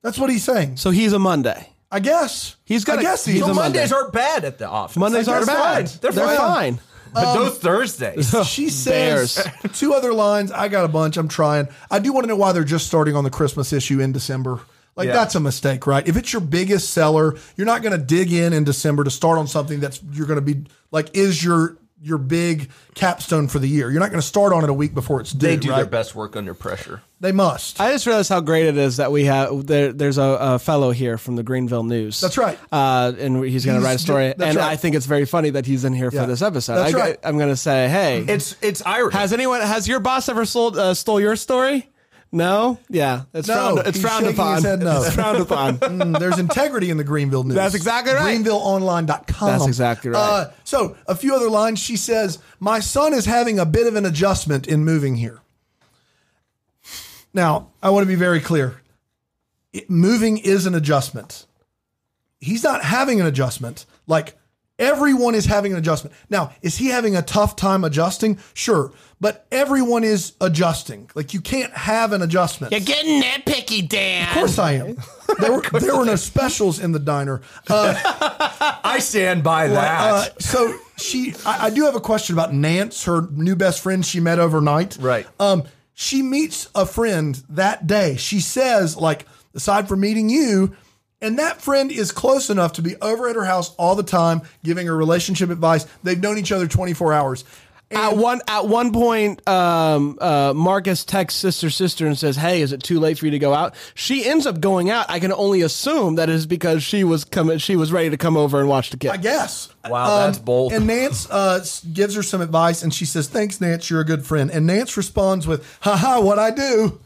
[SPEAKER 3] That's what he's saying.
[SPEAKER 1] So he's a Monday.
[SPEAKER 3] I guess
[SPEAKER 1] He's got
[SPEAKER 3] I
[SPEAKER 1] a-
[SPEAKER 3] guess
[SPEAKER 1] he's
[SPEAKER 3] he's
[SPEAKER 1] a
[SPEAKER 2] So
[SPEAKER 1] Monday.
[SPEAKER 2] Mondays aren't bad at the office.
[SPEAKER 1] Mondays
[SPEAKER 3] Like,
[SPEAKER 1] are
[SPEAKER 3] that's
[SPEAKER 1] bad.
[SPEAKER 3] fine.
[SPEAKER 1] They're,
[SPEAKER 3] They're
[SPEAKER 1] fine.
[SPEAKER 3] fine.
[SPEAKER 2] but
[SPEAKER 3] Um,
[SPEAKER 2] those Thursdays.
[SPEAKER 3] She says two other lines. I got a bunch. I'm trying. I do want to know why they're just starting on the Christmas issue in December. Like
[SPEAKER 2] Yeah.
[SPEAKER 3] that's a mistake, right? If it's your biggest seller, you're not going to dig in in December to start on something that's you're going to be like is your your big capstone for the year. You're not going to start on it a week before it's due.
[SPEAKER 2] they do
[SPEAKER 3] right?
[SPEAKER 2] their best work under pressure.
[SPEAKER 3] They must.
[SPEAKER 1] I just realized how great it is that we have there, there's a, a fellow here from the Greenville News.
[SPEAKER 3] That's right.
[SPEAKER 1] uh, and he's going to
[SPEAKER 3] He's
[SPEAKER 1] write a story.
[SPEAKER 3] ju- that's
[SPEAKER 1] and
[SPEAKER 3] right.
[SPEAKER 1] I think it's very funny that he's in here
[SPEAKER 3] Yeah.
[SPEAKER 1] for this episode.
[SPEAKER 3] That's
[SPEAKER 1] I,
[SPEAKER 3] right.
[SPEAKER 1] am going to say, hey,
[SPEAKER 2] It's it's Irish.
[SPEAKER 1] has anyone has your boss ever sold uh, stole your story? No, yeah, it's
[SPEAKER 3] No,
[SPEAKER 1] frowned, it's
[SPEAKER 3] he's
[SPEAKER 1] frowned
[SPEAKER 3] shaking
[SPEAKER 1] upon.
[SPEAKER 3] his head no.
[SPEAKER 1] It's frowned upon.
[SPEAKER 3] Mm, there's integrity in the Greenville news.
[SPEAKER 1] That's exactly right.
[SPEAKER 3] GreenvilleOnline.com.
[SPEAKER 1] That's exactly right.
[SPEAKER 3] Uh, so, a few other lines. She says, My son is having a bit of an adjustment in moving here. Now, I want to be very clear It- moving is an adjustment. He's not having an adjustment. Like, everyone is having an adjustment. Now, is he having a tough time adjusting? Sure. But everyone is adjusting. Like, you can't have an adjustment.
[SPEAKER 1] getting that picky, Dan.
[SPEAKER 3] Of course I am. There were, there were no specials in the diner. Uh,
[SPEAKER 2] I stand by that.
[SPEAKER 3] uh, so she, I, I do have a question about Nance, her new best friend she met overnight.
[SPEAKER 2] Right.
[SPEAKER 3] Um, she meets a friend that day. She says, like, aside from meeting you, and that friend is close enough to be over at her house all the time, giving her relationship advice. They've known each other 24 hours.
[SPEAKER 1] At one at one point, um, uh, Marcus texts sister sister and says, "Hey, is it too late for you to go out?" She ends up going out. I can only assume that is because she was coming. She was ready to come over and watch the kid.
[SPEAKER 3] I guess. Um,
[SPEAKER 2] Wow, that's bold.
[SPEAKER 3] And Nance uh, s- gives her some advice, and she says, "Thanks, Nance. You're a good friend." And Nance responds with, "Haha, what I do."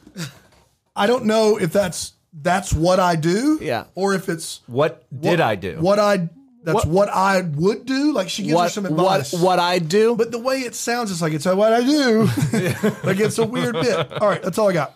[SPEAKER 3] I don't know if that's that's what I do,
[SPEAKER 1] Yeah.
[SPEAKER 3] or if it's
[SPEAKER 2] what did I do?
[SPEAKER 3] what I that's
[SPEAKER 1] What-
[SPEAKER 3] what, I would do. Like she gives her
[SPEAKER 1] what
[SPEAKER 3] some
[SPEAKER 1] what
[SPEAKER 3] advice,
[SPEAKER 1] what I do?
[SPEAKER 3] but the way it sounds, it's like it's what I do. like it's a weird bit. All right, that's all I got.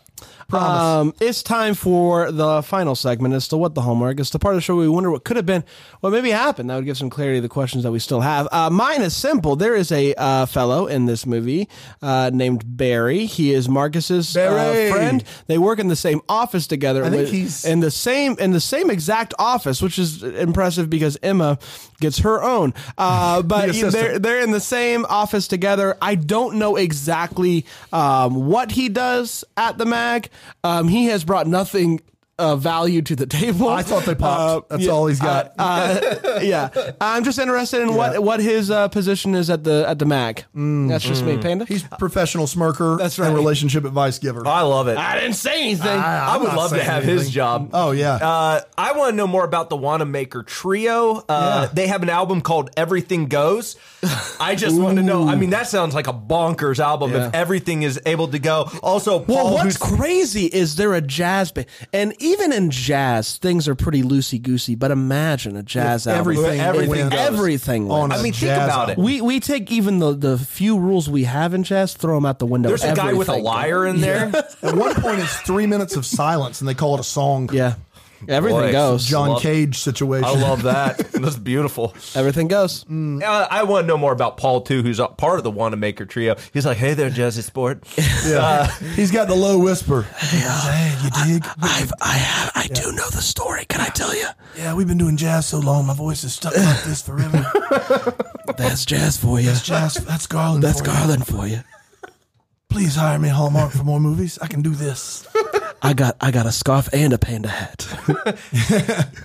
[SPEAKER 3] Promise.
[SPEAKER 1] Um, it's time for the final segment. It's the what the homework. It's the part of the show where we wonder what could have been, what maybe happened. That would give some clarity to the questions that we still have. Uh, mine is simple. There is a uh, fellow in this movie uh, named Barry. He is Marcus's uh,
[SPEAKER 3] Barry.
[SPEAKER 1] friend. They work in the same office together.
[SPEAKER 3] I think
[SPEAKER 1] with-
[SPEAKER 3] he's-
[SPEAKER 1] in the same in the same exact office, which is impressive because Emma gets her own. Uh, but
[SPEAKER 3] The assistant.
[SPEAKER 1] they're they're in the same office together. I don't know exactly um, what he does at the mag. Um, he has brought nothing. Uh, value to the table.
[SPEAKER 3] I thought they popped. That's all he's got.
[SPEAKER 1] uh, yeah, I'm just interested in what what his uh, position is at the at the mag. That's just me, Panda.
[SPEAKER 3] Mm. He's a professional smirker.
[SPEAKER 1] That's
[SPEAKER 3] and
[SPEAKER 1] right.
[SPEAKER 3] relationship advice giver.
[SPEAKER 2] I love it.
[SPEAKER 1] I didn't say anything.
[SPEAKER 2] I would
[SPEAKER 3] not
[SPEAKER 2] love to
[SPEAKER 3] saying
[SPEAKER 2] have his
[SPEAKER 3] anything.
[SPEAKER 2] job.
[SPEAKER 3] oh yeah.
[SPEAKER 2] Uh, I want to know more about the Wanamaker Trio. Uh,
[SPEAKER 3] Yeah.
[SPEAKER 2] They have an album called Everything Goes. I just want to know. I mean, that sounds like a bonkers album
[SPEAKER 1] Yeah.
[SPEAKER 2] if everything is able to go. Also, Paul,
[SPEAKER 1] Well, what's
[SPEAKER 2] who's
[SPEAKER 1] crazy is they're a jazz band, and even in jazz, things are pretty loosey goosey. But imagine a jazz album.
[SPEAKER 3] everything
[SPEAKER 2] Everything
[SPEAKER 1] It-
[SPEAKER 2] goes.
[SPEAKER 1] everything
[SPEAKER 3] On
[SPEAKER 1] wins.
[SPEAKER 2] I
[SPEAKER 3] a
[SPEAKER 2] mean, think
[SPEAKER 3] jazz
[SPEAKER 2] about it.
[SPEAKER 1] We we take even the the few rules we have in jazz, throw them out the window.
[SPEAKER 2] there's a guy with a
[SPEAKER 1] Everything.
[SPEAKER 2] liar in there.
[SPEAKER 3] At one point, it's three minutes of silence, and they call it a song.
[SPEAKER 1] Yeah, everything
[SPEAKER 2] Boy,
[SPEAKER 1] goes.
[SPEAKER 3] John
[SPEAKER 2] Love-
[SPEAKER 3] Cage situation.
[SPEAKER 2] I love that. That's beautiful.
[SPEAKER 1] Everything goes.
[SPEAKER 3] Mm.
[SPEAKER 2] Uh, I want to know more about Paul too, who's a part of the Wanamaker Trio. He's like, "Hey there, Jazzy Sport."
[SPEAKER 3] Yeah. He's got the low whisper. you dig?
[SPEAKER 1] I've, I have, I do know the story. Can I tell you?
[SPEAKER 3] yeah, we've been doing jazz so long, my voice is stuck like this forever.
[SPEAKER 1] That's jazz for you.
[SPEAKER 3] Jazz, that's Garland. for you.
[SPEAKER 1] Garland for you.
[SPEAKER 3] Please hire me, Hallmark, for more movies. I can do this.
[SPEAKER 1] I got I got a scarf and a panda hat.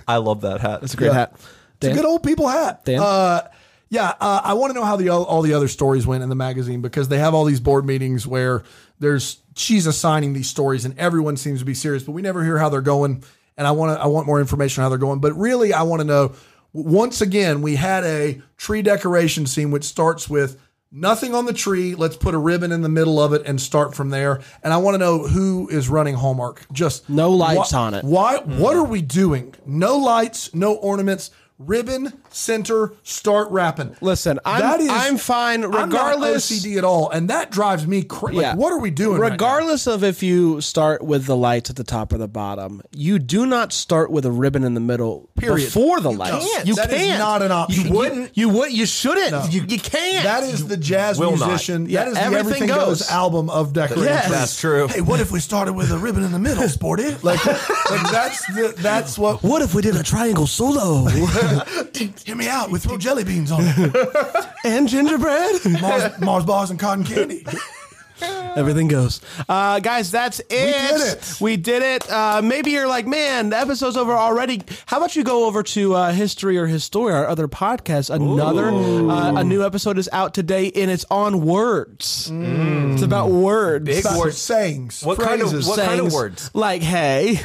[SPEAKER 2] I love that hat. That's a
[SPEAKER 1] Great hat.
[SPEAKER 3] It's a good old people hat.
[SPEAKER 1] Dan?
[SPEAKER 3] Uh, yeah, uh, I want to know how the all, all the other stories went in the magazine because they have all these board meetings where there's she's assigning these stories and everyone seems to be serious, but we never hear how they're going. And I want to I want more information on how they're going. But really, I want to know w- once again, we had a tree decoration scene which starts with nothing on the tree. Let's put a ribbon in the middle of it and start from there. And I want to know who is running Hallmark. Just
[SPEAKER 1] No lights
[SPEAKER 3] wh-
[SPEAKER 1] on it.
[SPEAKER 3] Why? What
[SPEAKER 1] Hmm.
[SPEAKER 3] are we doing? No lights, no ornaments. Ribbon center, start wrapping.
[SPEAKER 1] Listen, I'm- I'm fine
[SPEAKER 3] I'm not
[SPEAKER 1] regardless-
[SPEAKER 3] OCD at all, and that drives me crazy.
[SPEAKER 1] Yeah.
[SPEAKER 3] Like, what are we doing? right now?
[SPEAKER 1] Regardless of if you start with the lights at the top or the bottom, you do not start with a ribbon in the middle
[SPEAKER 3] Period.
[SPEAKER 1] before the
[SPEAKER 3] You
[SPEAKER 1] lights.
[SPEAKER 3] can't.
[SPEAKER 1] You
[SPEAKER 3] That is
[SPEAKER 1] can't.
[SPEAKER 3] not an option.
[SPEAKER 1] You
[SPEAKER 3] You
[SPEAKER 1] wouldn't. You, would. You shouldn't. You, you can't.
[SPEAKER 3] That is the jazz
[SPEAKER 2] will not.
[SPEAKER 3] musician.
[SPEAKER 1] Yeah,
[SPEAKER 3] that is the
[SPEAKER 1] everything
[SPEAKER 3] everything, goes.
[SPEAKER 1] goes.
[SPEAKER 3] album of decorating.
[SPEAKER 1] Yes.
[SPEAKER 3] trees.
[SPEAKER 2] That's true.
[SPEAKER 3] Hey, what if we started with a ribbon in the middle, sporty? Like, like that's the, that's what.
[SPEAKER 1] What if we did a triangle solo
[SPEAKER 3] Hear me out. We throw jelly beans on it.
[SPEAKER 1] and gingerbread?
[SPEAKER 3] Mars, Mars bars and cotton candy.
[SPEAKER 1] Everything goes. Uh, guys, that's it. We
[SPEAKER 3] did it.
[SPEAKER 1] We did it. Uh, maybe you're like, man, the episode's over already. How about you go over to uh, History or Historia, our other podcast? Another, uh, a new episode is out today, and it's on words.
[SPEAKER 3] Mm.
[SPEAKER 1] It's about words.
[SPEAKER 2] Big
[SPEAKER 3] About
[SPEAKER 2] words.
[SPEAKER 3] sayings.
[SPEAKER 2] What kind of-
[SPEAKER 3] phrases.
[SPEAKER 2] what- kind
[SPEAKER 1] sayings
[SPEAKER 2] words?
[SPEAKER 1] Like hey,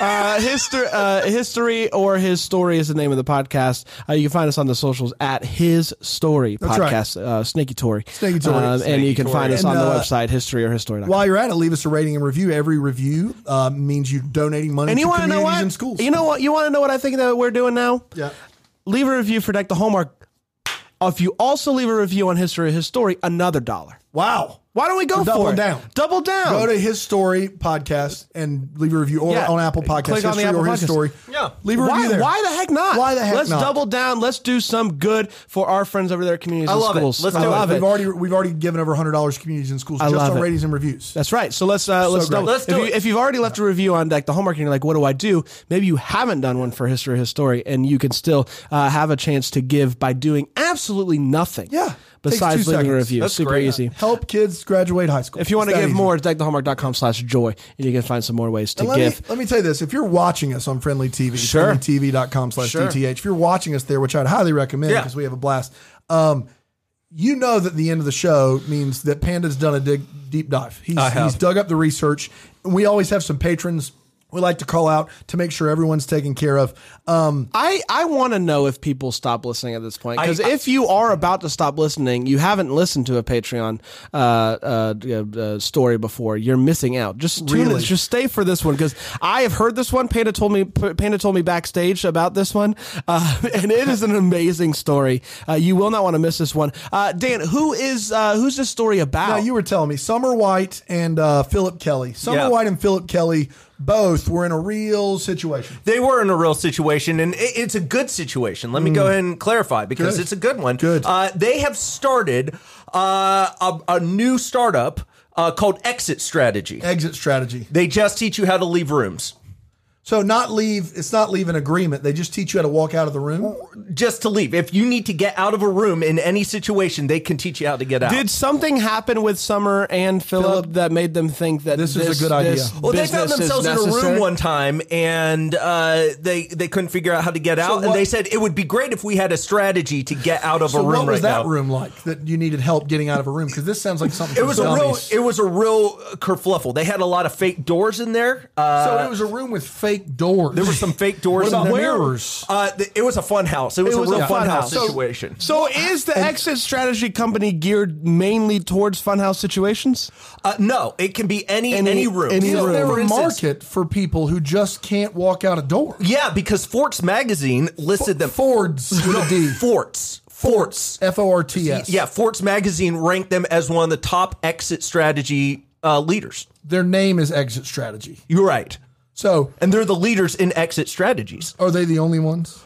[SPEAKER 1] uh, history, uh, history or his story is the name of the podcast. Uh, you can find us on the socials at his story
[SPEAKER 3] right.
[SPEAKER 1] podcast, uh, Snaky Tory, Um,
[SPEAKER 3] Snaky Tory.
[SPEAKER 1] and you
[SPEAKER 2] Snaky
[SPEAKER 1] can
[SPEAKER 2] Tory.
[SPEAKER 1] find us
[SPEAKER 3] And,
[SPEAKER 1] on the
[SPEAKER 3] uh,
[SPEAKER 1] website history or history.
[SPEAKER 3] While you're at it, leave us a rating and review. Every review uh, means you donating money
[SPEAKER 1] And you
[SPEAKER 3] to
[SPEAKER 1] want to know
[SPEAKER 3] communities
[SPEAKER 1] what?
[SPEAKER 3] and schools.
[SPEAKER 1] You know what? You want to know what I think that we're doing now?
[SPEAKER 3] yeah.
[SPEAKER 1] Leave a review for Deck the Hallmark. If you also leave a review on History of His Story, another dollar.
[SPEAKER 3] Wow.
[SPEAKER 1] Why don't we go
[SPEAKER 3] Double
[SPEAKER 1] for it?
[SPEAKER 3] down.
[SPEAKER 1] Double down.
[SPEAKER 3] Go to his story podcast and leave a review or
[SPEAKER 1] Yeah.
[SPEAKER 3] on Apple Podcasts.
[SPEAKER 1] Click on the
[SPEAKER 3] History
[SPEAKER 1] Apple
[SPEAKER 3] or his
[SPEAKER 1] Podcast.
[SPEAKER 3] story.
[SPEAKER 2] Yeah.
[SPEAKER 3] Leave a review
[SPEAKER 1] why,
[SPEAKER 3] there.
[SPEAKER 1] why the heck not?
[SPEAKER 3] Why the heck
[SPEAKER 1] Let's
[SPEAKER 3] not?
[SPEAKER 1] double down. Let's do some good for our friends over there at communities
[SPEAKER 2] I
[SPEAKER 1] and
[SPEAKER 2] love it.
[SPEAKER 1] schools.
[SPEAKER 2] Let's
[SPEAKER 1] I
[SPEAKER 2] do it.
[SPEAKER 1] love
[SPEAKER 3] We've already we've already given over hundred dollars to communities and schools just
[SPEAKER 1] love
[SPEAKER 3] on
[SPEAKER 1] it.
[SPEAKER 3] ratings and reviews.
[SPEAKER 1] That's right. So let's uh, let's,
[SPEAKER 3] great.
[SPEAKER 1] double.
[SPEAKER 2] Let's
[SPEAKER 1] if,
[SPEAKER 2] do
[SPEAKER 1] you,
[SPEAKER 2] it.
[SPEAKER 1] if you've already left a review on Deck the Hallmark and you're like, what do I do? Maybe you haven't done one for History of His Story, and you can still uh, have a chance to give by doing absolutely nothing.
[SPEAKER 3] Yeah. Takes
[SPEAKER 1] Besides
[SPEAKER 3] two
[SPEAKER 1] leaving a
[SPEAKER 3] seconds.
[SPEAKER 1] review.
[SPEAKER 2] That's
[SPEAKER 1] Super
[SPEAKER 2] great.
[SPEAKER 1] easy.
[SPEAKER 3] Help kids graduate high school.
[SPEAKER 1] If you want to
[SPEAKER 3] It's that
[SPEAKER 1] give
[SPEAKER 3] easy.
[SPEAKER 1] more, it's deckthehallmark.com slash joy, and you can find some more ways to
[SPEAKER 3] And let
[SPEAKER 1] give.
[SPEAKER 3] me, let me tell you this. If you're watching us on Friendly TV,
[SPEAKER 1] Sure.
[SPEAKER 3] friendlytv.com slash DTH, if you're watching us there, which I'd highly recommend
[SPEAKER 2] Yeah.
[SPEAKER 3] because we have a blast, um, you know that the end of the show means that Panda's done a dig, deep dive. He's,
[SPEAKER 2] I have.
[SPEAKER 3] he's dug up the research. We always have some patrons we like to call out to make sure everyone's taken care of. Um,
[SPEAKER 1] I, I want to know if people stop listening at this point because if you are about to stop listening, you haven't listened to a Patreon uh, uh, uh, uh, story before. You're missing out. Just tune in.
[SPEAKER 3] Really?
[SPEAKER 1] Just stay for this one because I have heard this one. Panda told me. P- Panda told me backstage about this one, uh, and it is an amazing story. Uh, you will not want to miss this one. Uh, Dan, who is uh, who's this story about?
[SPEAKER 3] now, you were telling me Summer White and uh, Philip Kelly. Summer
[SPEAKER 2] Yeah.
[SPEAKER 3] White and Philip Kelly both were in a real situation.
[SPEAKER 2] they were in a real situation, and it, it's a good situation. Let me go ahead and clarify because
[SPEAKER 3] Mm. Good.
[SPEAKER 2] it's a good one.
[SPEAKER 3] Good.
[SPEAKER 2] Uh, they have started uh, a, a new startup uh, called Exit Strategy.
[SPEAKER 3] Exit strategy.
[SPEAKER 2] They just teach you how to leave rooms,
[SPEAKER 3] So not leave. It's not leave an agreement. They just teach you how to walk out of the room.
[SPEAKER 2] just to leave. If you need to get out of a room in any situation, they can teach you how to get out.
[SPEAKER 1] Did something happen with Summer and Philip,
[SPEAKER 3] Philip,
[SPEAKER 1] that made them think that
[SPEAKER 3] this is a good
[SPEAKER 1] this
[SPEAKER 3] idea.
[SPEAKER 2] Well, they found
[SPEAKER 1] business is
[SPEAKER 2] themselves in a room
[SPEAKER 1] necessary?
[SPEAKER 2] one time, and uh, they they couldn't figure out how to get out. and
[SPEAKER 3] what-
[SPEAKER 2] they said it would be great if we had a strategy to get out of
[SPEAKER 3] So
[SPEAKER 2] a room
[SPEAKER 3] what
[SPEAKER 2] right
[SPEAKER 3] was that
[SPEAKER 2] now.
[SPEAKER 3] room like that you needed help getting out of a room? Because this sounds like something.
[SPEAKER 2] It was a real it was a real kerfluffle. They had a lot of fake doors in there. Uh,
[SPEAKER 3] so it was a room with fake doors.
[SPEAKER 2] there were some fake doors.
[SPEAKER 3] What about
[SPEAKER 2] in there.
[SPEAKER 3] mirrors?
[SPEAKER 2] Uh, th- it was a fun house. It was,
[SPEAKER 1] was
[SPEAKER 2] a real
[SPEAKER 1] a
[SPEAKER 2] fun
[SPEAKER 1] fun
[SPEAKER 2] house
[SPEAKER 1] house.
[SPEAKER 2] situation.
[SPEAKER 1] So is the exit strategy company geared mainly towards funhouse situations?
[SPEAKER 2] Uh, no, it can be any
[SPEAKER 1] Any-
[SPEAKER 2] any, room.
[SPEAKER 1] any
[SPEAKER 3] You know,
[SPEAKER 1] room.
[SPEAKER 3] there
[SPEAKER 2] For
[SPEAKER 3] were a
[SPEAKER 2] instance-
[SPEAKER 3] market for people who just can't walk out a door.
[SPEAKER 2] Yeah, because Forts magazine listed them.
[SPEAKER 3] Fords with a D.
[SPEAKER 2] Forts. Forts.
[SPEAKER 3] F O R T S.
[SPEAKER 2] Yeah, Forts magazine ranked them as one of the top exit strategy uh, leaders.
[SPEAKER 3] Their name is Exit Strategy.
[SPEAKER 2] You're right.
[SPEAKER 3] So
[SPEAKER 2] And they're the leaders in exit strategies.
[SPEAKER 3] are they the only ones?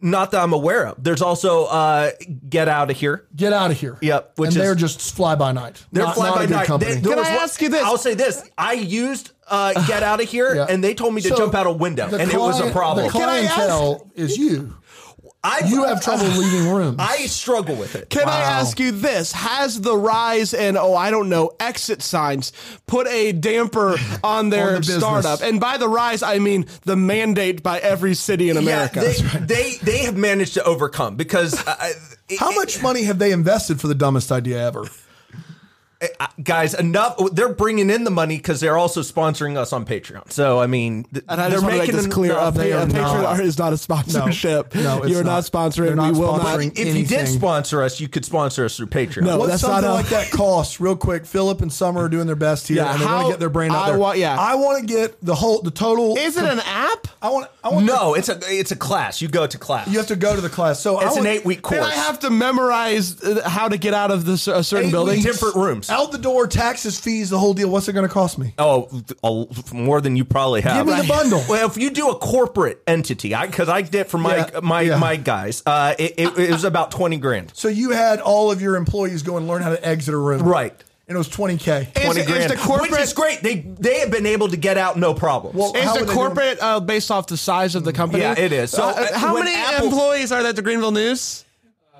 [SPEAKER 2] Not that I'm aware of. There's also uh, Get Out of Here.
[SPEAKER 3] Get out of here.
[SPEAKER 2] Yep, which
[SPEAKER 3] and
[SPEAKER 2] is-
[SPEAKER 3] they're just fly by night.
[SPEAKER 2] They're
[SPEAKER 3] Not-
[SPEAKER 2] fly
[SPEAKER 3] not a
[SPEAKER 2] by
[SPEAKER 3] good
[SPEAKER 2] night.
[SPEAKER 3] company.
[SPEAKER 2] They- there
[SPEAKER 1] Can
[SPEAKER 2] was
[SPEAKER 1] I
[SPEAKER 2] one-
[SPEAKER 1] ask you this?
[SPEAKER 2] I'll say this. I used uh, Get Out of Here,
[SPEAKER 3] Yeah.
[SPEAKER 2] and they told me to
[SPEAKER 3] So
[SPEAKER 2] jump out a window,
[SPEAKER 3] the
[SPEAKER 2] and it was a
[SPEAKER 3] client-
[SPEAKER 2] problem.
[SPEAKER 3] The
[SPEAKER 1] Can I ask-
[SPEAKER 3] clientele is you.
[SPEAKER 2] I,
[SPEAKER 3] You have trouble leaving rooms.
[SPEAKER 2] I struggle with it.
[SPEAKER 1] Can I
[SPEAKER 3] Wow.
[SPEAKER 1] ask you this? Has the rise in oh I don't know exit signs put a damper on
[SPEAKER 3] On
[SPEAKER 1] their
[SPEAKER 3] the business.
[SPEAKER 1] startup? And by the rise, I mean the mandate by every city in America.
[SPEAKER 2] Yeah, they, they they have managed to overcome because I, I-
[SPEAKER 3] How
[SPEAKER 2] it-
[SPEAKER 3] much money have they invested for the dumbest idea ever?
[SPEAKER 2] Uh, guys, enough. They're bringing in the money because they're also sponsoring us on Patreon. So I mean, th-
[SPEAKER 1] And I
[SPEAKER 2] they're
[SPEAKER 1] just want to make this
[SPEAKER 2] an-
[SPEAKER 1] clear
[SPEAKER 2] no,
[SPEAKER 1] up.
[SPEAKER 2] they
[SPEAKER 1] Hey,
[SPEAKER 2] are
[SPEAKER 1] uh,
[SPEAKER 2] not.
[SPEAKER 1] Patreon art is not a sponsorship.
[SPEAKER 3] No, it's
[SPEAKER 1] you're not,
[SPEAKER 3] not. They're
[SPEAKER 1] sponsoring.
[SPEAKER 3] not
[SPEAKER 1] we will
[SPEAKER 3] sponsoring
[SPEAKER 1] not.
[SPEAKER 2] If you did
[SPEAKER 3] anything.
[SPEAKER 2] sponsor us, you could sponsor us through Patreon.
[SPEAKER 1] No.
[SPEAKER 3] What's
[SPEAKER 1] that's not
[SPEAKER 3] something
[SPEAKER 1] a-
[SPEAKER 3] like that cost? Real quick, Philip and Summer are doing their best here,
[SPEAKER 1] Yeah,
[SPEAKER 3] and they want
[SPEAKER 1] how-
[SPEAKER 3] to get their brain out
[SPEAKER 1] I
[SPEAKER 3] there.
[SPEAKER 1] want- yeah.
[SPEAKER 3] I want to get the whole, the total.
[SPEAKER 1] Is it an app?
[SPEAKER 3] I want. I want.
[SPEAKER 2] no, it's a it's a class. You go to class.
[SPEAKER 3] you have to go to the class. So I
[SPEAKER 2] It's an
[SPEAKER 3] want-
[SPEAKER 2] eight week
[SPEAKER 1] Then
[SPEAKER 2] course.
[SPEAKER 1] I have to memorize uh, how to get out of this a certain
[SPEAKER 3] Eight
[SPEAKER 1] building.
[SPEAKER 3] weeks.
[SPEAKER 2] different rooms.
[SPEAKER 3] out the door, taxes, fees, the whole deal. What's it going to cost me?
[SPEAKER 2] Oh, th- a- more than you probably have.
[SPEAKER 3] Give me the Right. bundle.
[SPEAKER 2] Well, if you do a corporate entity, I because I did for my
[SPEAKER 3] Yeah,
[SPEAKER 2] my
[SPEAKER 3] yeah.
[SPEAKER 2] my guys, uh, it, it, it was about twenty grand.
[SPEAKER 3] So you had all of your employees go and learn how to exit a room,
[SPEAKER 2] Right.
[SPEAKER 3] And it was twenty k.
[SPEAKER 1] Is-
[SPEAKER 2] Twenty
[SPEAKER 1] is
[SPEAKER 2] grand,
[SPEAKER 1] the corporate-
[SPEAKER 2] which is great. They they have been able to get out no problems.
[SPEAKER 3] Well,
[SPEAKER 1] Is
[SPEAKER 3] How
[SPEAKER 1] the
[SPEAKER 3] would they do
[SPEAKER 1] corporate uh, based off the size of the company?
[SPEAKER 2] Yeah, it is. So,
[SPEAKER 1] Uh,
[SPEAKER 2] uh,
[SPEAKER 1] how
[SPEAKER 2] when
[SPEAKER 1] many
[SPEAKER 2] Apple-
[SPEAKER 1] employees are there at the Greenville News? Uh,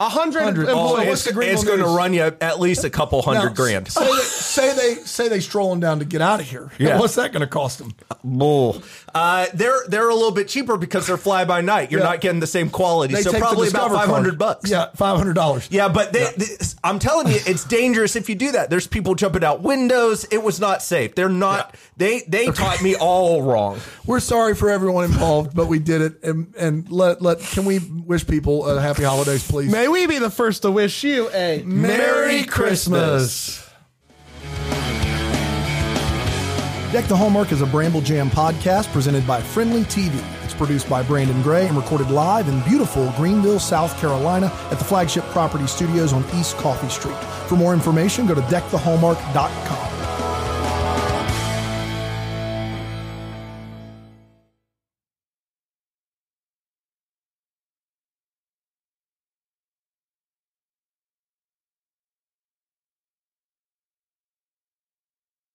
[SPEAKER 1] A hundred
[SPEAKER 3] Hundred.
[SPEAKER 2] Oh,
[SPEAKER 1] employees.
[SPEAKER 2] it's,
[SPEAKER 3] what's the Greenville
[SPEAKER 2] it's going to
[SPEAKER 3] news?
[SPEAKER 2] run you at least a couple hundred grand.
[SPEAKER 3] Say they, say they say they strolling down to get out of here.
[SPEAKER 2] Yeah.
[SPEAKER 3] What's that going to cost them?
[SPEAKER 2] Bull. Uh, they're they're a little bit cheaper because they're fly by night. You're
[SPEAKER 3] Yeah.
[SPEAKER 2] not getting the same quality.
[SPEAKER 3] They
[SPEAKER 2] so
[SPEAKER 3] take the
[SPEAKER 2] probably about
[SPEAKER 3] Discover
[SPEAKER 2] five hundred
[SPEAKER 3] card.
[SPEAKER 2] bucks.
[SPEAKER 3] Yeah, five hundred dollars.
[SPEAKER 2] Yeah, but they, this- I'm telling you, it's dangerous if you do that. There's people jumping out windows. It was not safe. They're not. They they taught me all wrong.
[SPEAKER 3] We're sorry for everyone involved, but we did it. And and let let can we wish people a happy holidays, please?
[SPEAKER 1] May we be the first to wish you a
[SPEAKER 2] Merry Christmas.
[SPEAKER 3] Deck the Hallmark is a Bramble Jam podcast presented by Friendly TV. It's produced by Brandon Gray and recorded live in beautiful Greenville, South Carolina at the flagship property studios on East Coffee Street. For more information, go to deckthehallmark.com.